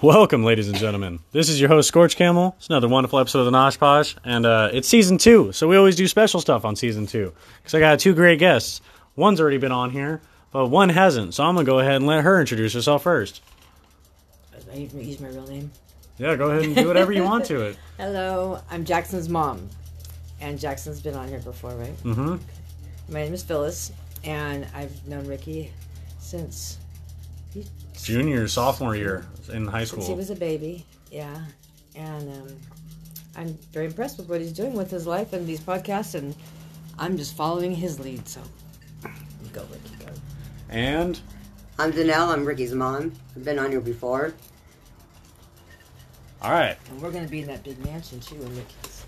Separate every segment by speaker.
Speaker 1: Welcome, ladies and gentlemen. This is your host, Scorch Camel. It's another wonderful episode of the Nosh Posh, and uh, it's season two, so we always do special stuff on season two because I got two great guests. One's already been on here, but one hasn't, so I'm gonna go ahead and let her introduce herself first.
Speaker 2: I need to use my real name.
Speaker 1: Yeah, go ahead and do whatever you want to it.
Speaker 2: Hello, I'm Jackson's mom. And Jackson's been on here before, right?
Speaker 1: Mhm.
Speaker 2: My name is Phyllis, and I've known Ricky since he,
Speaker 1: Junior, sophomore year in high
Speaker 2: since he
Speaker 1: school.
Speaker 2: was a baby. Yeah. And um, I'm very impressed with what he's doing with his life and these podcasts, and I'm just following his lead. So you go, Ricky, go.
Speaker 1: And
Speaker 3: I'm Danelle. I'm Ricky's mom. I've been on here before.
Speaker 1: all right,
Speaker 2: And we're going to be in that big mansion, too, in Ricky's.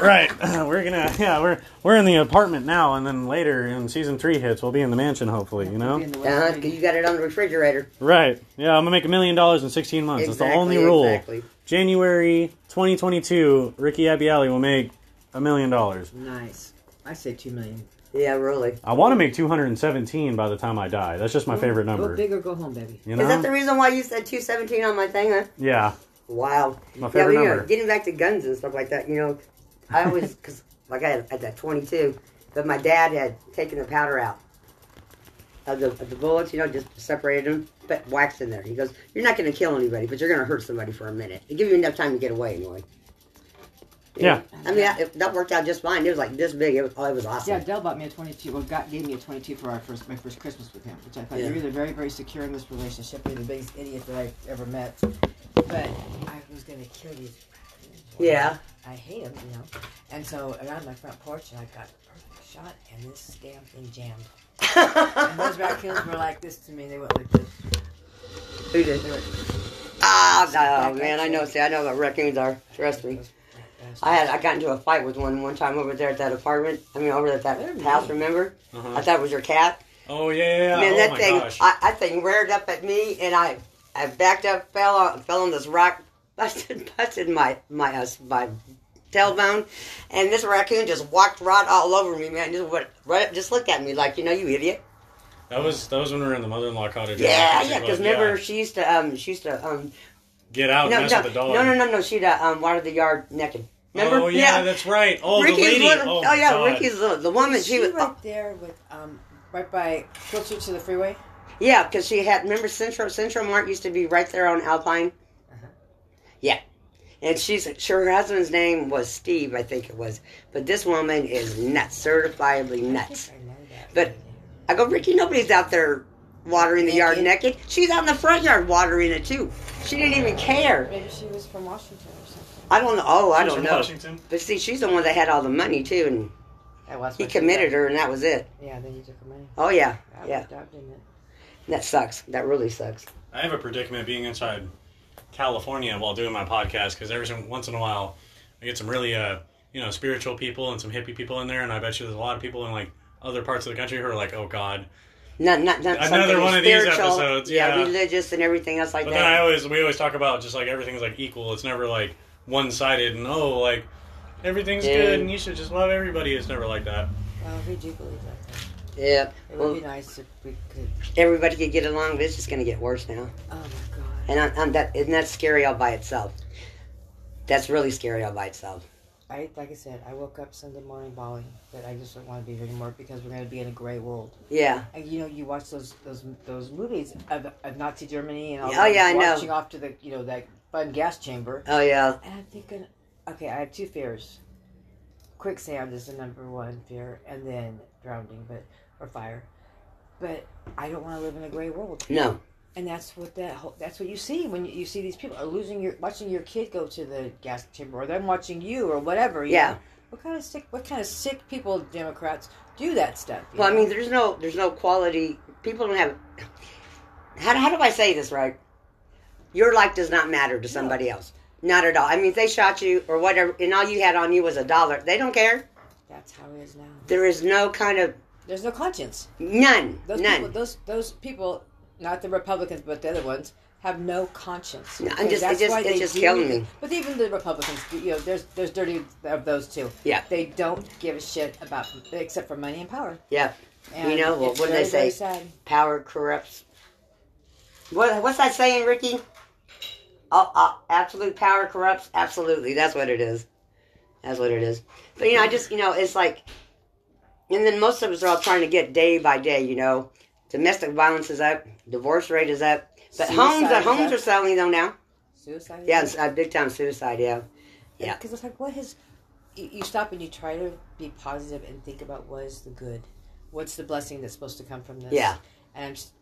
Speaker 1: right, we're gonna yeah we're we're in the apartment now, and then later in season three hits, we'll be in the mansion hopefully. You know.
Speaker 2: Be in the
Speaker 3: Uh,
Speaker 2: wedding.
Speaker 3: 'cause you got it on the refrigerator.
Speaker 1: Right. Yeah, I'm gonna make a million dollars in 16 months. That's the
Speaker 3: Exactly,
Speaker 1: only rule.
Speaker 3: exactly.
Speaker 1: January 2022, Ricky Abiali will make a million dollars.
Speaker 2: Nice. I say two million.
Speaker 3: Yeah, really.
Speaker 1: I want to make 217 by the time I die. That's just my favorite
Speaker 2: Go
Speaker 1: number.
Speaker 2: big or go home, baby.
Speaker 1: You
Speaker 3: Is that
Speaker 1: know?
Speaker 3: the reason why you said 217 on my thing? Huh?
Speaker 1: yeah.
Speaker 3: Wow.
Speaker 1: My favorite
Speaker 3: yeah, we
Speaker 1: number.
Speaker 3: Were getting back to guns and stuff like that. You know, I always because like I had, had that 22, but my dad had taken the powder out of the, of the bullets. You know, just separated them, put wax in there. He goes, "You're not going to kill anybody, but you're going to hurt somebody for a minute. It give you enough time to get away anyway." You
Speaker 1: Yeah.
Speaker 3: know? I mean, I, it, that worked out just fine. It was like this big. It was, oh, it was awesome.
Speaker 4: Yeah, Dell bought me a 22. Well, God gave me a 22 for our first, my first Christmas with him, which I thought
Speaker 3: Yeah.
Speaker 4: you're either very, very secure in this relationship, you're the biggest idiot that I've ever met. But
Speaker 2: I was gonna kill these.
Speaker 3: Yeah.
Speaker 2: I hate them, you know. And so around my front porch, and I got a perfect shot, and this damn thing jammed. and those raccoons were like this to me. They went like this.
Speaker 3: Who did?
Speaker 2: They were
Speaker 3: Ah, no, man, I know. See, I know what raccoons are. Trust me. I had I got into a fight with one one time over there at that apartment. I mean, over at
Speaker 2: They're
Speaker 3: that
Speaker 2: mean.
Speaker 3: house. Remember?
Speaker 1: Uh-huh.
Speaker 3: I thought it was your cat.
Speaker 1: Oh yeah, yeah, yeah.
Speaker 3: man,
Speaker 1: oh
Speaker 3: that
Speaker 1: my
Speaker 3: thing,
Speaker 1: gosh.
Speaker 3: I, that thing reared up at me, and I, I backed up, fell on, fell on this rock, busted, busted my my uh, my tailbone, and this raccoon just walked right all over me, man. Just went right, up- just looked at me like you know, you idiot.
Speaker 1: that was that was when we were in the mother-in-law cottage.
Speaker 3: Yeah,
Speaker 1: She
Speaker 3: yeah.
Speaker 1: was,
Speaker 3: Because remember, she used to um, she used to um,
Speaker 1: get out and
Speaker 3: no,
Speaker 1: mess
Speaker 3: no,
Speaker 1: with the dog.
Speaker 3: no, no, no, no. She'd uh, um, watered the yard naked. Remember?
Speaker 1: Oh yeah, that's right. Oh,
Speaker 3: Ricky's
Speaker 1: the lady.
Speaker 3: one-
Speaker 1: oh,
Speaker 3: oh,
Speaker 1: my
Speaker 3: yeah,
Speaker 1: God.
Speaker 3: Ricky's the, the woman.
Speaker 2: Was
Speaker 3: She
Speaker 2: she
Speaker 3: was.
Speaker 2: right there with um, right by closer to the freeway.
Speaker 3: Yeah, because she had. Remember, Central Central Mart used to be right there on Alpine. Uh-huh. Yeah, and she's sure her husband's name was Steve, I think it was. But this woman is nuts, certifiably nuts.
Speaker 2: I know that.
Speaker 3: But I go, Ricky, nobody's out there watering the yard naked. She's out in the front yard watering it too. She didn't even care.
Speaker 2: maybe she was from Washington or something.
Speaker 3: I don't know. Oh, I
Speaker 1: She was
Speaker 3: don't
Speaker 1: from
Speaker 3: know.
Speaker 1: Washington.
Speaker 3: But see, she's the one that had all the money too, and
Speaker 2: That was
Speaker 3: he committed her, and that was it.
Speaker 2: Yeah, then you took her money.
Speaker 3: Oh yeah,
Speaker 2: That
Speaker 3: yeah.
Speaker 2: worked out, didn't it?
Speaker 3: That sucks. That really sucks.
Speaker 1: I have a predicament being inside California while doing my podcast because every some- once in a while I get some really uh you know spiritual people and some hippie people in there, and I bet you there's a lot of people in like other parts of the country who are like, oh god.
Speaker 3: Not, not, not
Speaker 1: Another
Speaker 3: something
Speaker 1: one of these
Speaker 3: spiritual,
Speaker 1: episodes, yeah.
Speaker 3: religious and everything else like
Speaker 1: But then I
Speaker 3: that.
Speaker 1: always we always talk about just like everything's like equal. It's never like one sided and oh like everything's
Speaker 3: Yeah.
Speaker 1: good and you should just love everybody. It's never like that.
Speaker 2: Well, we do believe that. Though.
Speaker 3: yeah.
Speaker 2: It would
Speaker 3: Well,
Speaker 2: be nice if we could.
Speaker 3: everybody could get along, but it's just going to get worse now.
Speaker 2: Oh my God.
Speaker 3: And I'm, I'm that isn't that scary all by itself. That's really scary all by itself.
Speaker 2: I like I said, I woke up Sunday morning bawling that I just don't want to be here anymore because we're going to be in a gray world.
Speaker 3: Yeah.
Speaker 2: And, you know, you watch those those those movies of, of Nazi Germany and all
Speaker 3: Oh,
Speaker 2: that,
Speaker 3: yeah, I know.
Speaker 2: watching off to the you know that fun gas chamber,
Speaker 3: Oh yeah.
Speaker 2: and I'm thinking, okay, I have two fears. Quicksand is the number one fear, and then drowning, but or fire. But I don't want to live in a gray world,
Speaker 3: No.
Speaker 2: and that's what that whole, that's what you see when you, you see these people are losing your watching your kid go to the gas chamber, or them watching you, or whatever. you
Speaker 3: Yeah.
Speaker 2: know. What kind of sick? What kind of sick people, Democrats, do that stuff? you
Speaker 3: Well, I
Speaker 2: know?
Speaker 3: mean, there's no there's no quality. People don't have. How how do I say this right? Your life does not matter to somebody else. Not at all. I mean, if they shot you or whatever, and all you had on you was a dollar. They don't care.
Speaker 2: that's how it is now.
Speaker 3: There is no kind of
Speaker 2: There's no conscience.
Speaker 3: none,
Speaker 2: Those
Speaker 3: none.
Speaker 2: people, those those people, not the Republicans, but the other ones, have no conscience.
Speaker 3: No, I'm
Speaker 2: Okay,
Speaker 3: just- it just- it just
Speaker 2: do
Speaker 3: killing
Speaker 2: the-
Speaker 3: me.
Speaker 2: But even the Republicans, do- you know, there's there's dirty of those too.
Speaker 3: Yeah.
Speaker 2: they don't give a shit about except for money and power.
Speaker 3: Yeah,
Speaker 2: And
Speaker 3: You know, well,
Speaker 2: it's
Speaker 3: what do
Speaker 2: very,
Speaker 3: they
Speaker 2: very
Speaker 3: say?
Speaker 2: sad.
Speaker 3: power corrupts. What, what's that saying, Ricky? Uh, uh, absolute power corrupts. Absolutely, that's what it is. That's what it is. But you know, I just you know, it's like, and then most of us are all trying to get day by day. You know, domestic violence is up, divorce rate is up, but
Speaker 2: Suicide
Speaker 3: homes, uh,
Speaker 2: is
Speaker 3: homes
Speaker 2: up. Mm-hmm.
Speaker 3: are selling though now.
Speaker 2: Suicide.
Speaker 3: Yeah, it's, uh, big time suicide. Yeah, yeah.
Speaker 2: Because it's like, what has. You, you stop and you try to be positive and think about what is the good? What's the blessing that's supposed to come from this?
Speaker 3: Yeah.
Speaker 2: And I'm, s-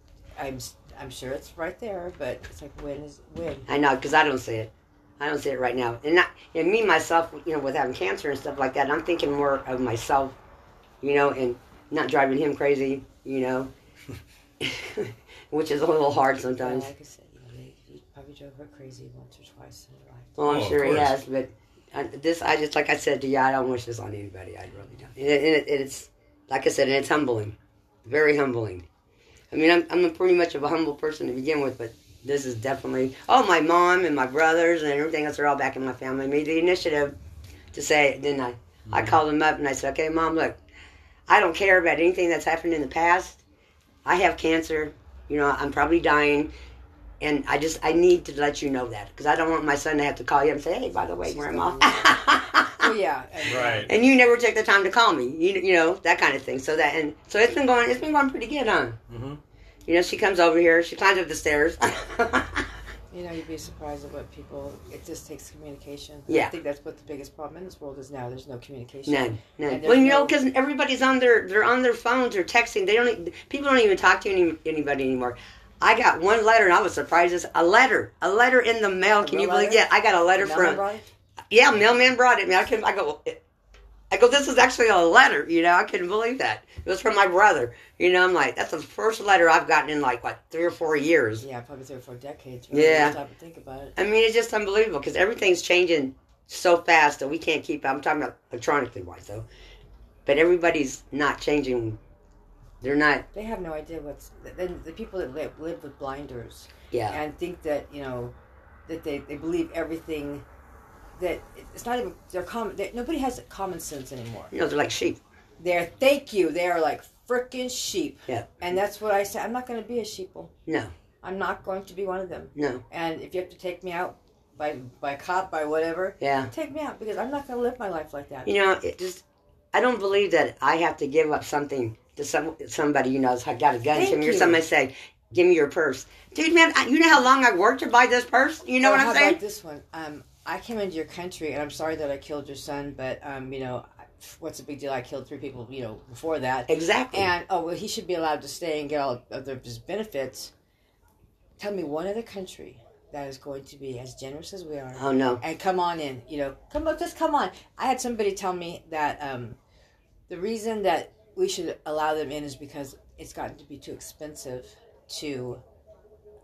Speaker 2: I'm, s- I'm sure it's right there, but it's like, when is. When?
Speaker 3: I know because I don't see it. I don't see it right now, and not and me myself. You know, with having cancer and stuff like that, I'm thinking more of myself. You know, and not driving him crazy. You know, which is a little hard sometimes.
Speaker 2: Like I said, you, know, they, you probably drove her crazy once or twice in your life.
Speaker 3: Well, I'm
Speaker 1: Oh, of
Speaker 3: sure he
Speaker 1: course.
Speaker 3: has, but I, this, I just, like I said to you, I don't wish this on anybody. I really don't. And it, and it, it's, like I said, and it's humbling. Very humbling. I mean, I'm, I'm a pretty much of a humble person to begin with, but this is definitely, oh, my mom and my brothers and everything else are all back in my family. made the initiative to say it, didn't I? I called them up and I said, okay, mom, look, I don't care about anything that's happened in the past. I have cancer. You know, I'm probably dying. And I just, I need to let you know that because I don't want my son to have to call you and say, hey, by the way, grandma. Ah!
Speaker 2: Oh, yeah. and-
Speaker 1: Right.
Speaker 3: and you never take the time to call me. You, you know, that kind of thing. So that, and so it's been going, it's been going pretty good, huh?
Speaker 1: Mm-hmm.
Speaker 3: You know, she comes over here, she climbs up the stairs.
Speaker 2: You know, you'd be surprised at what people. It just takes communication.
Speaker 3: Yeah.
Speaker 2: I think that's what the biggest problem in this world is now. There's no communication.
Speaker 3: none, none.
Speaker 2: And
Speaker 3: Well, you
Speaker 2: there's
Speaker 3: know,
Speaker 2: no-
Speaker 3: because everybody's on their, they're on their phones or texting. They don't, e- people don't even talk to any, anybody anymore. I got one letter, and I was surprised. This a letter, a letter in the mail. Can
Speaker 2: real
Speaker 3: you believe?
Speaker 2: letter?
Speaker 3: Yeah, I got a letter
Speaker 2: Now
Speaker 3: from.
Speaker 2: everybody-
Speaker 3: yeah, mailman brought it. Man, I can I go. I go. This is actually a letter. You know, I couldn't believe that it was from my brother. You know, I'm like, that's the first letter I've gotten in like what three or four years.
Speaker 2: Yeah, probably three or four decades. Really,
Speaker 3: Yeah.
Speaker 2: You stop and think about it.
Speaker 3: I mean, it's just unbelievable because everything's changing so fast that we can't keep. I'm talking about electronically wise though, but everybody's not changing. They're not.
Speaker 2: They have no idea what's. Then the people that live, live with blinders
Speaker 3: Yeah,
Speaker 2: and think that you know that they, they believe everything. That it's not even they're common. They, nobody has common sense anymore.
Speaker 3: you know, they're like sheep.
Speaker 2: They're thank you. They are like freaking sheep.
Speaker 3: Yeah.
Speaker 2: And that's what I say. I'm not going to be a sheeple.
Speaker 3: No.
Speaker 2: I'm not going to be one of them.
Speaker 3: No.
Speaker 2: And if you have to take me out by by cop by whatever,
Speaker 3: Yeah.
Speaker 2: take me out because I'm not going to live my life like that.
Speaker 3: You know, it just. I don't believe that I have to give up something to some somebody. You know, has got a gun to
Speaker 2: Thank
Speaker 3: me, or
Speaker 2: you.
Speaker 3: somebody say, "Give me your purse, dude, man." I, you know how long I worked to buy this purse. You know
Speaker 2: Or
Speaker 3: what
Speaker 2: how
Speaker 3: I'm saying?
Speaker 2: about this one? Um, I came into your country, and I'm sorry that I killed your son, but um, you know, I- what's the big deal? I killed three people, you know, before that.
Speaker 3: Exactly.
Speaker 2: And oh well, he should be allowed to stay and get all of the, his benefits. Tell me one other country that is going to be as generous as we are.
Speaker 3: oh no.
Speaker 2: and come on in. You know, come up, just come on. I had somebody tell me that um, the reason that we should allow them in is because it's gotten to be too expensive to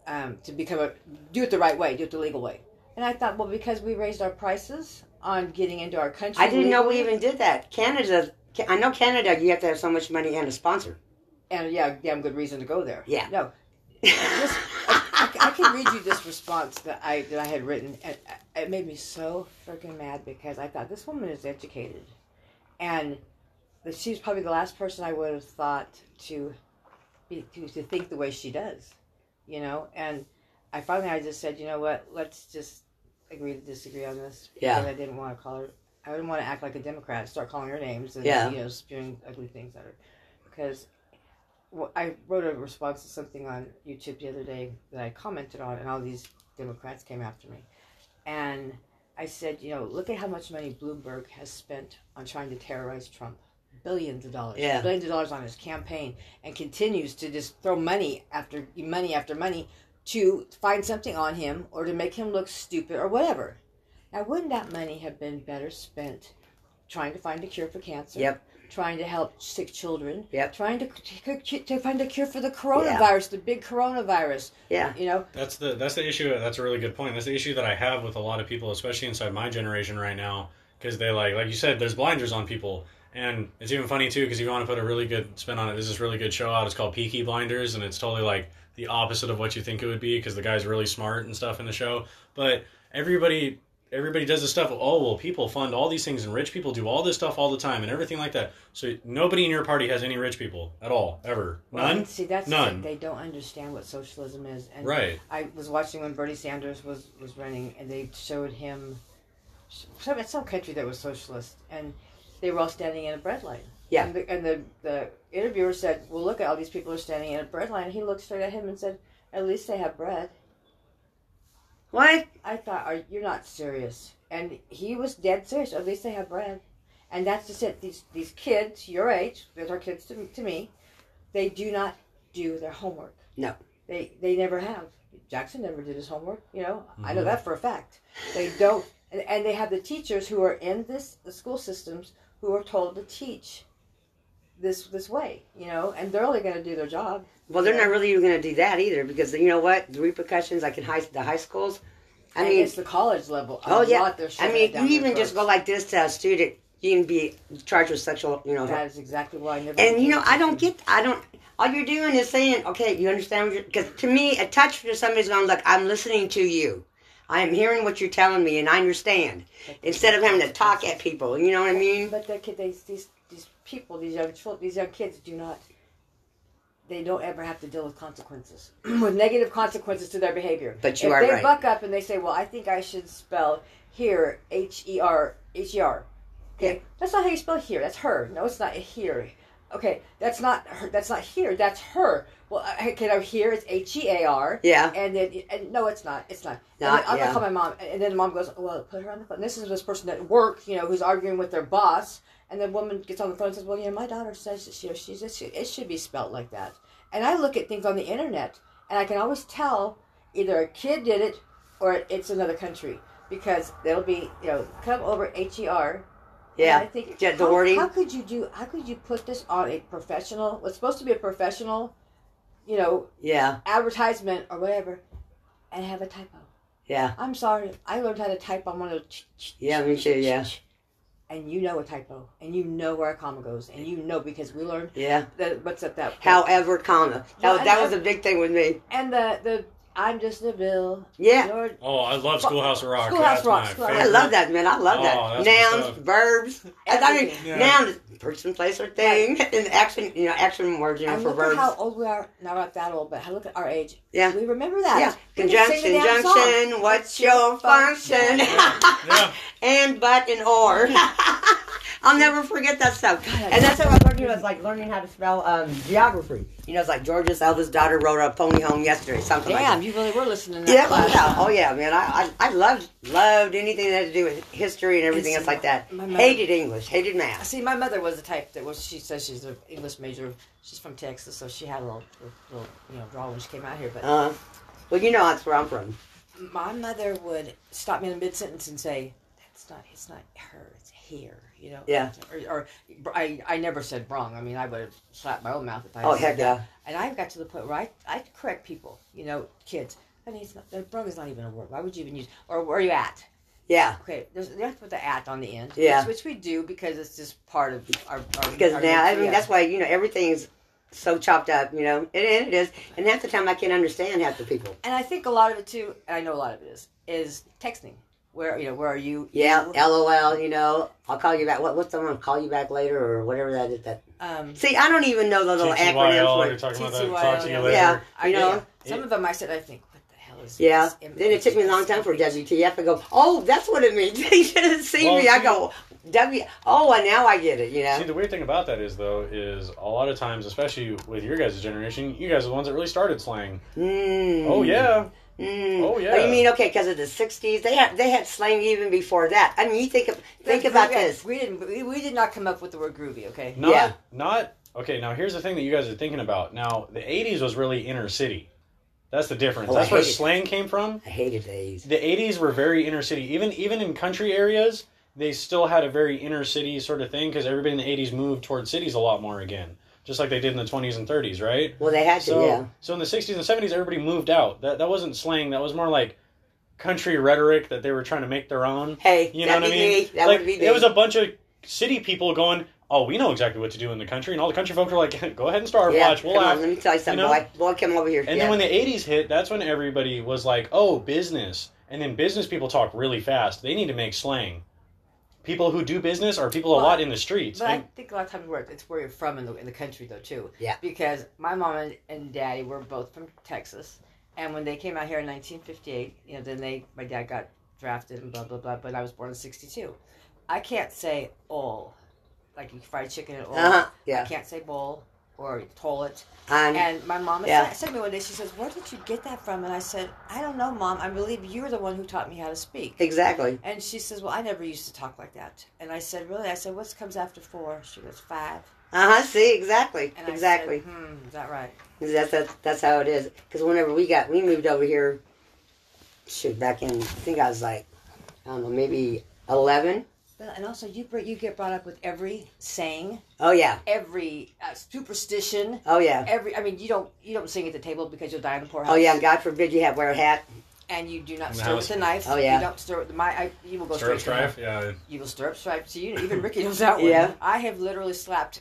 Speaker 2: um, to become a do it the right way, do it the legal way. And I thought, well, because we raised our prices on getting into our country,
Speaker 3: I didn't know we
Speaker 2: legally-
Speaker 3: even did that. Canada. Ca- I know Canada. You have to have so much money and a sponsor.
Speaker 2: And yeah, damn good reason to go there.
Speaker 3: Yeah.
Speaker 2: No, This- I, I can read you this response that I that I had written, and I- it made me so freaking mad because I thought this woman is educated, and that she's probably the last person I would have thought to be to, to think the way she does, you know. And I finally I just said, you know what, let's just agree to disagree on this.
Speaker 3: Yeah.
Speaker 2: because I didn't want to call her. I didn't want to act like a Democrat, and start calling her names and
Speaker 3: Yeah.
Speaker 2: you know spewing ugly things at her, because well, I wrote a response to something on YouTube the other day that I commented on, and all these Democrats came after me. And I said, you know, look at how much money Bloomberg has spent on trying to terrorize Trump. Billions of dollars.
Speaker 3: Yeah.
Speaker 2: Billions of dollars on his campaign and continues to just throw money after money after money to find something on him or to make him look stupid or whatever. Now, wouldn't that money have been better spent trying to find a cure for cancer?
Speaker 3: Yep.
Speaker 2: Trying to help sick children.
Speaker 3: Yep.
Speaker 2: Trying to, to, to find a cure for the coronavirus, the big coronavirus.
Speaker 3: Yeah.
Speaker 2: You know,
Speaker 1: That's the that's the issue. That's a really good point. That's the issue that I have with a lot of people, especially inside my generation right now, because they like like you said, there's blinders on people, and it's even funny too. Because if you want to put a really good spin on it, there's this really good show out. It's called Peaky Blinders, and it's totally like the opposite of what you think it would be, because the guy's really smart and stuff in the show. But everybody everybody does this stuff. Oh well, people fund all these things, and rich people do all this stuff all the time, and everything like that. So nobody in your party has any rich people at all, ever. None.
Speaker 2: Well, see, that's the
Speaker 1: None.
Speaker 2: thing. They don't understand what socialism is. And
Speaker 1: Right.
Speaker 2: I was watching when Bernie Sanders was was running, and they showed him some it's some country that was socialist, and they were all standing in a bread line.
Speaker 3: Yeah.
Speaker 2: And the and the, the interviewer said, "Well, look at all these people are standing in a bread line." He looked straight at him and said, "At least they have bread."
Speaker 3: What?
Speaker 2: I thought, "Are you're not serious?" And he was dead serious. At least they have bread, and that's just it. These these kids your age, that are kids to, to me, they do not do their homework.
Speaker 3: No.
Speaker 2: they they never have. Jackson never did his homework. You know, I
Speaker 3: Mm-hmm.
Speaker 2: know that for a fact. They don't, and, and they have the teachers who are in this the school systems who are told to teach this this way. You know, and they're only going to do their job.
Speaker 3: Well, they're not really even going to do that either because you know what? The repercussions, like in high the high schools. I
Speaker 2: and
Speaker 3: mean,
Speaker 2: it's the college level. A
Speaker 3: oh yeah.
Speaker 2: lot they're
Speaker 3: I
Speaker 2: shoving it
Speaker 3: mean,
Speaker 2: down
Speaker 3: you
Speaker 2: their
Speaker 3: even just go
Speaker 2: throats.
Speaker 3: like this to a student, you can be charged with sexual, you know.
Speaker 2: That is exactly why I never.
Speaker 3: And you know,
Speaker 2: became a
Speaker 3: I don't
Speaker 2: teacher.
Speaker 3: get. I don't. All you're doing is saying, okay, you understand? what you're Because to me, a touch to somebody's going, look, I'm listening to you. I am hearing what you're telling me, and I understand. Instead of having to talk at people, you know what I mean?
Speaker 2: But the kid, they, these these people, these young children, these young kids do not. They don't ever have to deal with consequences, with negative consequences to their behavior.
Speaker 3: But you
Speaker 2: if
Speaker 3: are
Speaker 2: they
Speaker 3: right.
Speaker 2: buck up and they say, "Well, I think I should spell here H E R H E R," okay, that's not how you spell here. That's her. No, it's not here. Okay, that's not her. That's not here. That's her. Well, I, can I here? It's H E A R.
Speaker 3: Yeah.
Speaker 2: And then, and no, it's not. It's not. And
Speaker 3: Not-
Speaker 2: then I'm
Speaker 3: yeah.
Speaker 2: gonna call my mom, and then the mom goes, "Well, put her on the phone." This is this person at work, you know, who's arguing with their boss, and the woman gets on the phone and says, "Well, you know, my daughter says that she, she's it should, it should be spelt like that." And I look at things on the internet, and I can always tell either a kid did it or it's another country because there'll be you know come over H E R.
Speaker 3: Yeah.
Speaker 2: I think
Speaker 3: yeah the
Speaker 2: how-
Speaker 3: wording.
Speaker 2: How could you do? How could you put this on a professional? What's supposed to be a professional, you know,
Speaker 3: yeah.
Speaker 2: advertisement or whatever, and have a typo.
Speaker 3: Yeah.
Speaker 2: I'm sorry. I learned how to type on one of those.
Speaker 3: Yeah. Me too. Yeah.
Speaker 2: And you know a typo, and you know where a comma goes, and you know because we learned
Speaker 3: Yeah.
Speaker 2: the, what's at that.
Speaker 3: However, comma. That,
Speaker 2: Well,
Speaker 3: was that
Speaker 2: and-
Speaker 3: was a big thing with me.
Speaker 2: and the the I'm just a bill.
Speaker 3: Yeah.
Speaker 2: Lord-
Speaker 1: Oh, I love Schoolhouse Rock.
Speaker 2: Schoolhouse
Speaker 1: That's
Speaker 2: Rock,
Speaker 1: my
Speaker 2: Schoolhouse
Speaker 3: I
Speaker 1: favorite.
Speaker 3: love that, man. I love
Speaker 1: Oh,
Speaker 3: that.
Speaker 1: that's what's
Speaker 3: Nouns,
Speaker 1: up.
Speaker 3: verbs. I- I mean,
Speaker 2: Everything.
Speaker 1: Yeah.
Speaker 3: nouns, person, place, or thing, and action, you know, action words, you know,
Speaker 2: and
Speaker 3: for
Speaker 2: look at
Speaker 3: verbs.
Speaker 2: how old we are. Now we're not that old, but I look at our age.
Speaker 3: Yeah.
Speaker 2: We remember that.
Speaker 3: Yeah.
Speaker 2: We can
Speaker 3: Conjunction,
Speaker 2: sing the damn song.
Speaker 3: junction, what's your function?
Speaker 1: Yeah.
Speaker 3: and, but, and, or. I'll never forget that stuff. And that's how I learned, you know, it's like learning how to spell um, geography. You know, it's like George's eldest daughter rode a pony home yesterday, something like that.
Speaker 2: Damn, you really were listening to that
Speaker 3: Yeah, oh
Speaker 2: class.
Speaker 3: yeah, oh yeah, man. I, I I loved loved anything that had to do with history and everything
Speaker 2: And
Speaker 3: else
Speaker 2: so
Speaker 3: like that.
Speaker 2: my mother-
Speaker 3: Hated English, hated math.
Speaker 2: See, my mother was the type that was. She says she's an English major. She's from Texas, so she had a little, little you know, draw when she came out here. But
Speaker 3: Uh, well, you know that's where I'm from.
Speaker 2: my mother would stop me in mid sentence and say, "That's not. It's not her. It's here." You know.
Speaker 3: Yeah.
Speaker 2: Or, or I, I never said wrong. I mean, I would have slapped my own mouth if I.
Speaker 3: Oh
Speaker 2: had said
Speaker 3: heck yeah,
Speaker 2: And I got to the point where I, I correct people. You know, kids. I mean, it's not, wrong is not even a word. Why would you even use? Or where are you at?
Speaker 3: yeah.
Speaker 2: Okay, there's, you have to put the at on the end.
Speaker 3: Yeah.
Speaker 2: Which, which we do because it's just part of our. our
Speaker 3: Because
Speaker 2: our
Speaker 3: now I
Speaker 2: yeah.
Speaker 3: mean that's why you know everything's so chopped up. You know, and, and it is. And half the time I can't understand half the people.
Speaker 2: And I think a lot of it too, and I know a lot of it is, is texting. Where you know, where are you?
Speaker 3: Yeah,
Speaker 2: You,
Speaker 3: lol. You know, I'll call you back. What what's the one? Call you back later or whatever that is. That
Speaker 2: um,
Speaker 3: see, I don't even know the little
Speaker 1: TTYL,
Speaker 3: acronyms.
Speaker 1: you're
Speaker 3: for-
Speaker 1: talking about that.
Speaker 2: TTYL,
Speaker 1: Talk to you
Speaker 2: yeah.
Speaker 1: later.
Speaker 3: Yeah.
Speaker 2: I
Speaker 3: You
Speaker 2: know.
Speaker 3: know,
Speaker 2: some of them I said I think, what the hell is
Speaker 3: Yeah.
Speaker 2: this?
Speaker 3: Then it took me a long time for WTF to go, oh, that's what it means. you should have seen
Speaker 1: Well,
Speaker 3: me. I
Speaker 1: see-
Speaker 3: go, W, oh, and now I get it, you
Speaker 1: See,
Speaker 3: know?
Speaker 1: the weird thing about that is, though, is a lot of times, especially with your guys' generation, you guys are the ones that really started slang.
Speaker 3: Mm.
Speaker 1: Oh, yeah.
Speaker 3: Mm.
Speaker 1: Oh,
Speaker 3: But
Speaker 1: yeah.
Speaker 3: you mean, okay, because of the 60s, they had, they had slang even before that. I mean, you think, of, think about this.
Speaker 2: We didn't. We, we did not come up with the word groovy. Okay.
Speaker 1: Not,
Speaker 3: Yeah.
Speaker 1: not, okay, now here's the thing that you guys are thinking about. Now, the 80s was really inner city. That's the difference.
Speaker 3: Oh, I
Speaker 1: That's where
Speaker 3: hate it.
Speaker 1: slang came from.
Speaker 3: I hated these.
Speaker 1: the 80s were very inner city even even in country areas they still had a very inner city sort of thing because everybody in the 80s moved towards cities a lot more again just like they did in the 20s and 30s right
Speaker 3: Well, they had to,
Speaker 1: so
Speaker 3: yeah.
Speaker 1: so in the 60s and 70s everybody moved out that that wasn't slang that was more like country rhetoric that they were trying to make their own
Speaker 3: Hey,
Speaker 1: you know
Speaker 3: that'd
Speaker 1: what i
Speaker 3: be
Speaker 1: mean
Speaker 3: me. That
Speaker 1: like
Speaker 3: would be me.
Speaker 1: it was a bunch of city people going oh we know exactly what to do in the country and all the country folk were like go ahead and start our
Speaker 3: yeah,
Speaker 1: watch we'll
Speaker 3: come
Speaker 1: laugh
Speaker 3: on, let me tell you something,
Speaker 1: know?
Speaker 3: boy. Boy, come over here.
Speaker 1: and
Speaker 3: yeah.
Speaker 1: then when the 80s hit, that's when everybody was like, oh, business. And then business people talk really fast. They need to make slang. People who do business are people a lot in the streets.
Speaker 2: But I
Speaker 1: And-
Speaker 2: think a lot of times where it's where you're from in the, in the country though too.
Speaker 3: Yeah.
Speaker 2: Because my mom and, and daddy were both from Texas, and when they came out here in 1958, you know, then they my dad got drafted and blah blah blah. But I was born in '62. I can't say all, like you fried chicken and all.
Speaker 3: Uh-huh,
Speaker 2: I
Speaker 3: yeah.
Speaker 2: can't say bowl or toilet.
Speaker 3: And,
Speaker 2: And my mom
Speaker 3: Yeah.
Speaker 2: said, said to me one day, she says, Where did you get that from? And I said, I don't know, Mom. I believe you're the one who taught me how to speak.
Speaker 3: exactly.
Speaker 2: And she says, Well, I never used to talk like that. And I said, Really? I said, What comes after four? She goes, Five.
Speaker 3: Uh huh. See, exactly,
Speaker 2: And
Speaker 3: exactly.
Speaker 2: I said, Hmm, is that right?
Speaker 3: That's, that's that's how it is. Because whenever we got we moved over here, shoot, back in I think I was like I don't know maybe eleven.
Speaker 2: But, and also, you, br- you get brought up with every saying,
Speaker 3: Oh yeah,
Speaker 2: every uh, superstition.
Speaker 3: oh yeah,
Speaker 2: Every, I mean, you don't you don't sing at the table because you'll die in the poorhouse.
Speaker 3: oh yeah. And God forbid you have wear a hat.
Speaker 2: And you do not
Speaker 1: In the
Speaker 2: stir
Speaker 1: house.
Speaker 2: with the knife.
Speaker 3: Oh, yeah.
Speaker 2: You don't stir with the my. I, you will go
Speaker 1: Stirrup
Speaker 2: straight to the-
Speaker 1: strife? Yeah.
Speaker 2: You will stirrup stripe. So you even Ricky knows that one.
Speaker 3: Yeah.
Speaker 2: I have literally slapped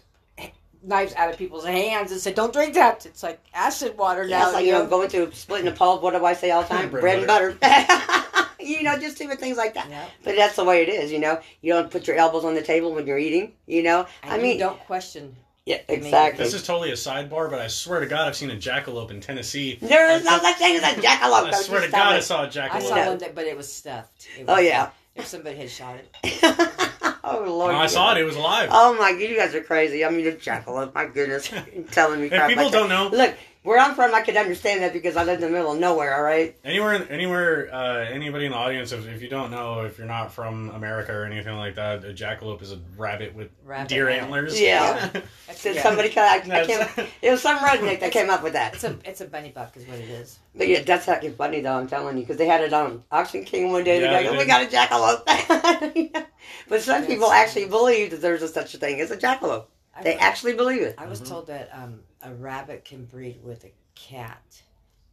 Speaker 2: knives out of people's hands and said, "Don't drink that." It's like acid water now.
Speaker 3: Yeah, it's like you know going to splitting the pulp. What do I say all the time?
Speaker 1: Bread
Speaker 3: Bread,
Speaker 1: and
Speaker 3: and butter. you know, just stupid things like that.
Speaker 2: Yeah.
Speaker 3: But that's the way it is. You know, you don't put your elbows on the table when you're eating. You know,
Speaker 2: And
Speaker 3: I
Speaker 2: you
Speaker 3: mean,
Speaker 2: don't question.
Speaker 3: yeah,
Speaker 2: mean,
Speaker 3: exactly.
Speaker 1: This is totally a sidebar, but I swear to God, I've seen a jackalope in Tennessee.
Speaker 3: There is no such thing as a jackalope.
Speaker 1: I
Speaker 3: don't
Speaker 1: swear
Speaker 3: you
Speaker 1: to
Speaker 3: stop
Speaker 1: God, I
Speaker 3: it.
Speaker 1: saw a jackalope.
Speaker 2: I saw
Speaker 3: Yeah.
Speaker 2: one that, but it was stuffed. It
Speaker 3: Oh,
Speaker 2: was-
Speaker 3: yeah.
Speaker 2: If somebody had shot it,
Speaker 3: oh Lord!
Speaker 1: When I saw it. It was alive.
Speaker 3: Oh my god, you guys are crazy. I mean, a jackalope. My goodness, You're telling me
Speaker 1: If
Speaker 3: crap.
Speaker 1: people
Speaker 3: like
Speaker 1: don't
Speaker 3: that.
Speaker 1: know-
Speaker 3: look where I'm from, I could understand that because I live in the middle of nowhere. All right.
Speaker 1: Anywhere, in- anywhere, uh, anybody in the audience, if, if you don't know, if you're not from America or anything like that, a jackalope is a rabbit with
Speaker 2: Rabbit,
Speaker 1: deer
Speaker 2: yeah.
Speaker 1: antlers.
Speaker 3: Yeah.
Speaker 2: That's-
Speaker 3: Did
Speaker 2: yeah.
Speaker 3: somebody come? I, I
Speaker 1: That's-
Speaker 3: can't, it was some redneck that came up with that.
Speaker 2: It's a it's a bunny buck, is what it is.
Speaker 3: But yeah, that's fucking funny though. I'm telling you, because they had it on Auction King one day.
Speaker 1: Yeah,
Speaker 3: Yeah,
Speaker 1: they
Speaker 3: they go, "We
Speaker 1: did.
Speaker 3: got a jackalope." but some
Speaker 2: That's-
Speaker 3: people actually believe that there's a, such a thing as a jackalope.
Speaker 2: I,
Speaker 3: They actually believe it.
Speaker 2: I was told that um, a rabbit can breed with a cat,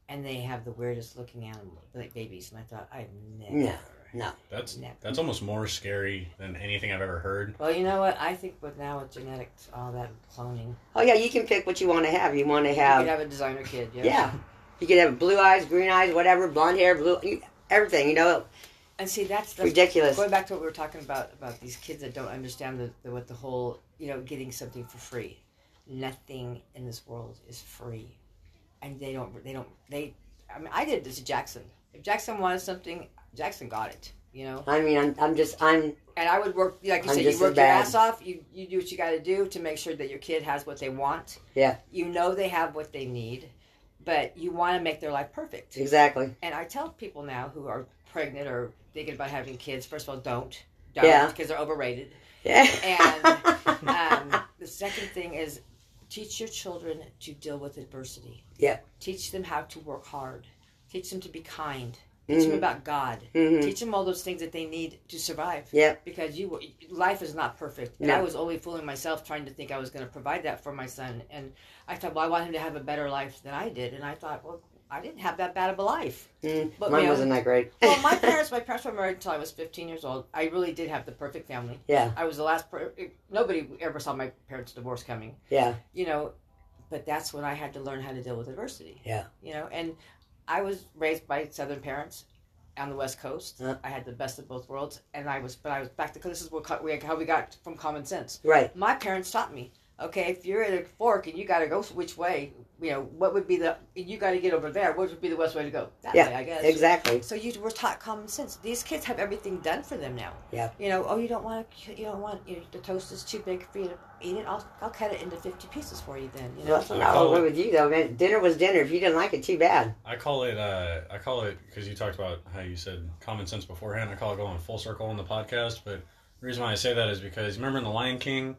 Speaker 2: and they have the weirdest looking animal, like babies. And I thought, I've never.
Speaker 3: No, no.
Speaker 1: That's
Speaker 2: Never.
Speaker 1: that's almost more scary than anything I've ever heard.
Speaker 2: Well, you know what? I think with now with genetics, all that cloning,
Speaker 3: Oh yeah, you can pick what you want to have. You want to
Speaker 2: you
Speaker 3: have
Speaker 2: could have a designer kid. Yeah.
Speaker 3: Yeah. You could have blue eyes, green eyes, whatever, blonde hair, blue, you- everything, you know.
Speaker 2: And see, that's, that's
Speaker 3: Ridiculous.
Speaker 2: Going back to what we were talking about about these kids that don't understand the, the what the whole you know getting something for free. Nothing in this world is free, and they don't they don't they. I mean, I did this to Jackson. If Jackson wanted something, Jackson got it. You know,
Speaker 3: I mean, I'm, I'm just, I'm,
Speaker 2: and I would work like you
Speaker 3: I'm
Speaker 2: said, you
Speaker 3: just as
Speaker 2: work your
Speaker 3: bad.
Speaker 2: ass off. You you do what you got to do to make sure that your kid has what they want.
Speaker 3: Yeah.
Speaker 2: You know they have what they need, but you want to make their life perfect.
Speaker 3: exactly.
Speaker 2: And I tell people now who are pregnant or thinking about having kids, first of all, don't. Don't,
Speaker 3: Yeah.
Speaker 2: because they're overrated.
Speaker 3: Yeah.
Speaker 2: And, Um, the second thing is teach your children to deal with adversity.
Speaker 3: Yeah.
Speaker 2: Teach them how to work hard. Teach them to be kind. Teach them
Speaker 3: Mhm,
Speaker 2: about God.
Speaker 3: mhm.
Speaker 2: Teach them all those things that they need to survive.
Speaker 3: Yep.
Speaker 2: Because you life is not perfect. And
Speaker 3: No.
Speaker 2: I was only fooling myself trying to think I was going to provide that for my son. And I thought, well, I want him to have a better life than I did. And I thought, well, I didn't have that bad of a life.
Speaker 3: Mm,
Speaker 2: But
Speaker 3: Mine
Speaker 2: yeah.
Speaker 3: wasn't that great.
Speaker 2: Well, my parents, my parents were married until I was 15 years old. I really did have the perfect family.
Speaker 3: Yeah.
Speaker 2: I was the last. Per- nobody ever saw my parents' divorce coming.
Speaker 3: yeah.
Speaker 2: You know, but that's when I had to learn how to deal with adversity.
Speaker 3: Yeah.
Speaker 2: You know, and I was raised by Southern parents on the West Coast.
Speaker 3: Yeah.
Speaker 2: I had the best of both worlds, and I was, but I was back to this is what co- we, how we got from common sense
Speaker 3: Right.
Speaker 2: my parents taught me okay if you're at a fork and you got to go which way you know what would be the you got to get over there what would be the best way to go that
Speaker 3: Yeah,
Speaker 2: way i guess
Speaker 3: Exactly.
Speaker 2: so you were taught common sense these kids have everything done for them now
Speaker 3: Yeah.
Speaker 2: you know oh you don't want to you don't want you know, the toast is too big for you to eat it i'll, I'll cut it into 50 pieces for you then you know
Speaker 3: Well, that's what I was with you though, man. Dinner was dinner. If you didn't like it, too bad.
Speaker 1: I call it uh, I call it because you talked about how you said common sense beforehand. I call it going full circle on the podcast. But the reason why I say that is because remember in the Lion King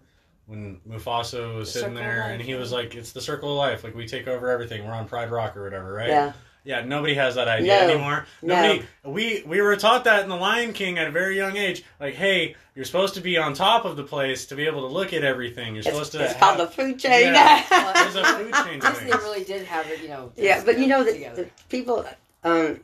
Speaker 1: when Mufasa was
Speaker 2: The
Speaker 1: sitting
Speaker 2: circle of
Speaker 1: there
Speaker 2: life,
Speaker 1: and he
Speaker 2: yeah.
Speaker 1: was like, "It's the circle of life. Like we take over everything. We're on Pride Rock or whatever, right?"
Speaker 3: Yeah.
Speaker 1: Yeah, nobody has that idea
Speaker 3: No.
Speaker 1: anymore.
Speaker 3: No.
Speaker 1: Nobody. We we were taught that in The Lion King at a very young age. Like, hey, you're supposed to be on top of the place to be able to look at everything. You're
Speaker 3: It's,
Speaker 1: supposed to.
Speaker 3: it's
Speaker 1: have-
Speaker 3: called the food chain.
Speaker 1: Yeah.
Speaker 2: Well,
Speaker 1: There's a food chain
Speaker 2: disney
Speaker 1: thing.
Speaker 2: really did have it you know
Speaker 3: Yeah,
Speaker 2: just,
Speaker 3: but you know the,
Speaker 2: together.
Speaker 3: the people. Um,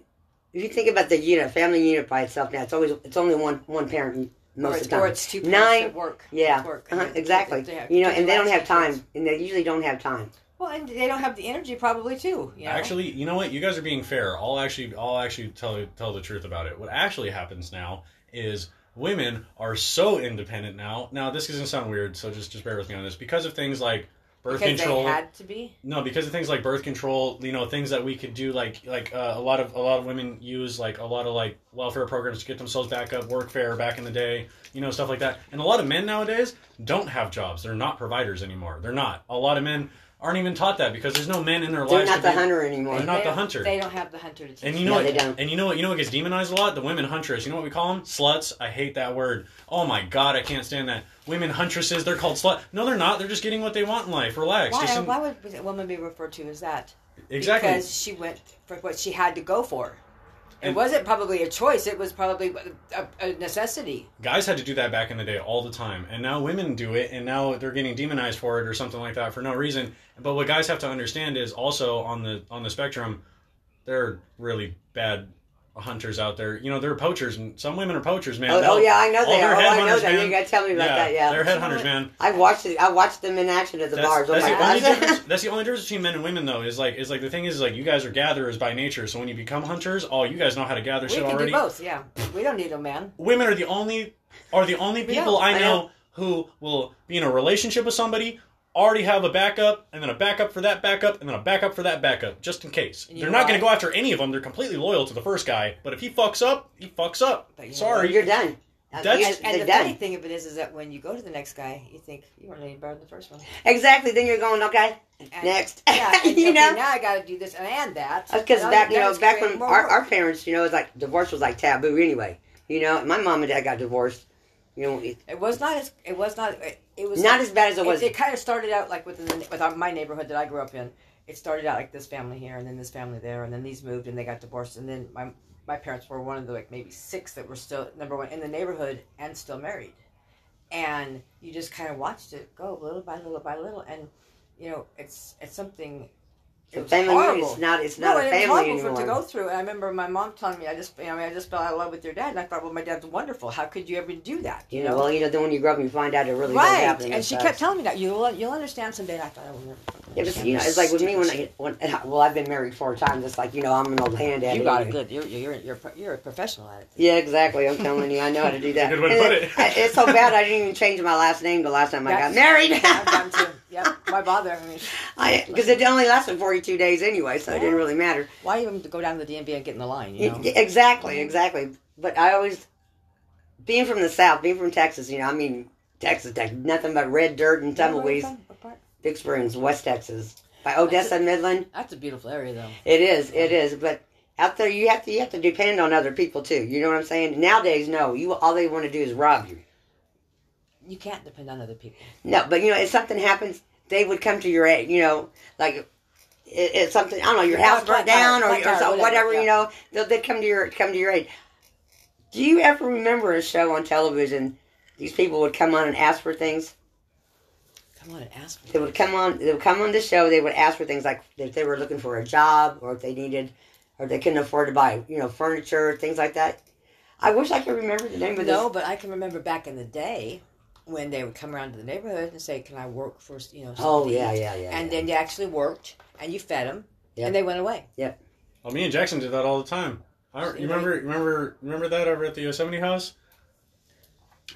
Speaker 3: if you think about the unit, family unit by itself now, it's always it's only one one parent most
Speaker 2: or,
Speaker 3: of
Speaker 2: it's,
Speaker 3: the time.
Speaker 2: or it's two parents
Speaker 3: Nine
Speaker 2: that work
Speaker 3: Yeah,
Speaker 2: work
Speaker 3: uh-huh,
Speaker 2: and they-
Speaker 3: exactly.
Speaker 2: they have-
Speaker 3: You know, and they don't
Speaker 2: lots
Speaker 3: have
Speaker 2: of kids.
Speaker 3: time, and they usually don't have time.
Speaker 2: Well, and they don't have the energy probably too. You know?
Speaker 1: Actually, you know what? You guys are being fair. I'll actually, I'll actually tell tell the truth about it. What actually happens now is women are so independent now. Now, this is gonna sound weird, so just just bear with me on this because of things like birth
Speaker 2: because
Speaker 1: control.
Speaker 2: they had to be.
Speaker 1: no, because of things like birth control. You know, things that we could do, like like uh, a lot of a lot of women use like a lot of like welfare programs to get themselves back up, workfare back in the day. You know, stuff like that. And a lot of men nowadays don't have jobs. They're not providers anymore. They're not. A lot of men. Aren't even taught that because there's no men in their
Speaker 3: They're
Speaker 1: lives.
Speaker 3: not
Speaker 1: to
Speaker 3: the
Speaker 1: be-
Speaker 3: hunter anymore.
Speaker 1: They're not the
Speaker 2: They don't-
Speaker 1: hunter.
Speaker 2: They don't have the hunter to teach.
Speaker 1: And you know
Speaker 3: No,
Speaker 1: what?
Speaker 3: they don't.
Speaker 1: And you know what? You know what gets demonized a lot? The women huntress. You know what we call them? Sluts. I hate that word. Oh my god, I can't stand that. Women huntresses. They're called slut. No, they're not. They're just getting what they want in life. Relax.
Speaker 2: why,
Speaker 1: Just some-
Speaker 2: why would a woman be referred to as that?
Speaker 1: exactly.
Speaker 2: Because she went for what she had to go for. It
Speaker 1: And-
Speaker 2: wasn't probably a choice. It was probably a, a necessity.
Speaker 1: Guys had to do that back in the day all the time, and now women do it, and now they're getting demonized for it or something like that for no reason. But what guys have to understand is also on the on the spectrum, there are really bad hunters out there. You know, they're poachers, and some women are poachers, man.
Speaker 3: Oh,
Speaker 1: They'll-
Speaker 3: oh, yeah, I know
Speaker 1: all
Speaker 3: they
Speaker 1: they're
Speaker 3: are. Oh, I know
Speaker 1: headhunters,
Speaker 3: that. You
Speaker 1: man.
Speaker 3: gotta tell me about that, yeah.
Speaker 1: they're
Speaker 3: You know
Speaker 1: headhunters,
Speaker 2: what?
Speaker 1: man.
Speaker 3: I watched it. I watched them in action at the
Speaker 1: That's,
Speaker 3: bars. Oh
Speaker 1: that's
Speaker 3: my
Speaker 1: the only difference,
Speaker 3: gosh.
Speaker 1: that's the only difference between men and women, though. Is like is like the thing is like you guys are gatherers by nature. So when you become hunters, oh, you guys know how to gather
Speaker 2: We
Speaker 1: shit
Speaker 2: can
Speaker 1: already.
Speaker 2: do both. Yeah, we don't need a man.
Speaker 1: Women are the only are the only people
Speaker 2: know,
Speaker 1: I know,
Speaker 3: I know.
Speaker 1: who will be in a relationship with somebody. Already have a backup, and then a backup for that backup, and then a backup for that backup, just in case.
Speaker 2: And you
Speaker 1: They're
Speaker 2: know
Speaker 1: not going to
Speaker 2: why?
Speaker 1: go after any of them. They're completely loyal to the first guy. But if he fucks up, he fucks up.
Speaker 2: But you know
Speaker 1: Sorry.
Speaker 3: You're done. Uh,
Speaker 1: That's-
Speaker 3: you-
Speaker 2: And, and
Speaker 3: they're
Speaker 2: the
Speaker 3: done.
Speaker 2: funny thing of it is, is that when you go to the next guy, you think you weren't any better than the first one.
Speaker 3: Exactly. Then you're going, okay,
Speaker 2: And-
Speaker 3: next.
Speaker 2: Yeah, and
Speaker 3: you
Speaker 2: okay,
Speaker 3: know?
Speaker 2: now I got to do this and that.
Speaker 3: Because
Speaker 2: Now
Speaker 3: back, you
Speaker 2: that
Speaker 3: know,
Speaker 2: is
Speaker 3: back
Speaker 2: creating
Speaker 3: when
Speaker 2: more
Speaker 3: our,
Speaker 2: work.
Speaker 3: our parents, you know, it's like divorce was like taboo anyway. You know, my mom and dad got divorced. You know, it,
Speaker 2: It was not as it was not it, it was
Speaker 3: not as bad as it was.
Speaker 2: It, kind of started out like within the, with our, my neighborhood that I grew up in. It started out like this family here, and then this family there, and then these moved, and they got divorced, and then my my parents were one of the like maybe six that were still number one in the neighborhood and still married, and you just kind of watched it go little by little by little, and you know it's it's something. It
Speaker 3: The
Speaker 2: was
Speaker 3: family unit,
Speaker 2: horrible.
Speaker 3: it's not. It's
Speaker 2: No, and
Speaker 3: not a
Speaker 2: it was
Speaker 3: family
Speaker 2: horrible for it to go
Speaker 3: anymore.
Speaker 2: through. And I remember my mom telling me, "I just, you know, I, mean, I just fell out of love with your dad." And I thought, "Well, my dad's wonderful. How could you ever do that?"
Speaker 3: You know, well, you know, then when you grow up, and you find out it really does
Speaker 2: right.
Speaker 3: happen.
Speaker 2: And she kept telling me that you'll you'll understand someday. And I thought oh, I will never. fucking
Speaker 3: Yeah, just,
Speaker 2: understand
Speaker 3: you know,
Speaker 2: this
Speaker 3: it's like with me when
Speaker 2: stupid
Speaker 3: I when well, I've been married four times. It's like you know, I'm an old hand at
Speaker 2: shit.
Speaker 3: it.
Speaker 2: you got it
Speaker 3: anyway.
Speaker 2: good. You're you're you're a, pro- you're a professional at it.
Speaker 3: Yeah, exactly. I'm telling you, I know how to do that.
Speaker 1: Good way to put it.
Speaker 3: And It's so bad I didn't even change my last name the last time I got
Speaker 2: That's-
Speaker 3: married.
Speaker 2: I've done too. Yep. Why bother? I mean,
Speaker 3: Because it only lasted 42 days anyway, so it didn't really matter.
Speaker 2: why even go down to the DMV and get in the line? You know.
Speaker 3: Y- Exactly, exactly. But I always, being from the South, being from Texas, you know, I mean, Texas, Tex nothing but red dirt and tumbleweeds.
Speaker 2: What part?
Speaker 3: Big Springs, West Texas, by Odessa, Midland.
Speaker 2: That's a beautiful area, though.
Speaker 3: It is, it is. But out there, you have to, you have to depend on other people too. You know what I'm saying? Nowadays, no, you all they want to do is rob you.
Speaker 2: You can't depend on other people.
Speaker 3: No, but you know, if something happens, they would come to your aid. You know, like it, it's something. I don't know, your
Speaker 2: Yeah,
Speaker 3: house
Speaker 2: flat
Speaker 3: burnt down
Speaker 2: tire,
Speaker 3: or,
Speaker 2: flat
Speaker 3: or
Speaker 2: tire,
Speaker 3: something,
Speaker 2: whatever,
Speaker 3: whatever. You
Speaker 2: yeah.
Speaker 3: know, they'll they come to your come to your aid. Do you ever remember a show on television? These people would come on and ask for things.
Speaker 2: Come on and ask me.
Speaker 3: They would come on. They would come on the show. They would ask for things like if they were looking for a job or if they needed or they couldn't afford to buy, you know, furniture, things like that. I wish I could remember the name of
Speaker 2: No, but I can remember back in the day when they would come around to the neighborhood and say, "Can I work for you know?"
Speaker 3: this. Oh
Speaker 2: something to
Speaker 3: yeah,
Speaker 2: eat?"
Speaker 3: yeah, yeah.
Speaker 2: And
Speaker 3: yeah.
Speaker 2: then you actually worked, and you fed them,
Speaker 3: Yep.
Speaker 2: and they went away.
Speaker 1: Well, me and Jackson did that all the time. I don't, you remember remember remember that over at the Yosemite House?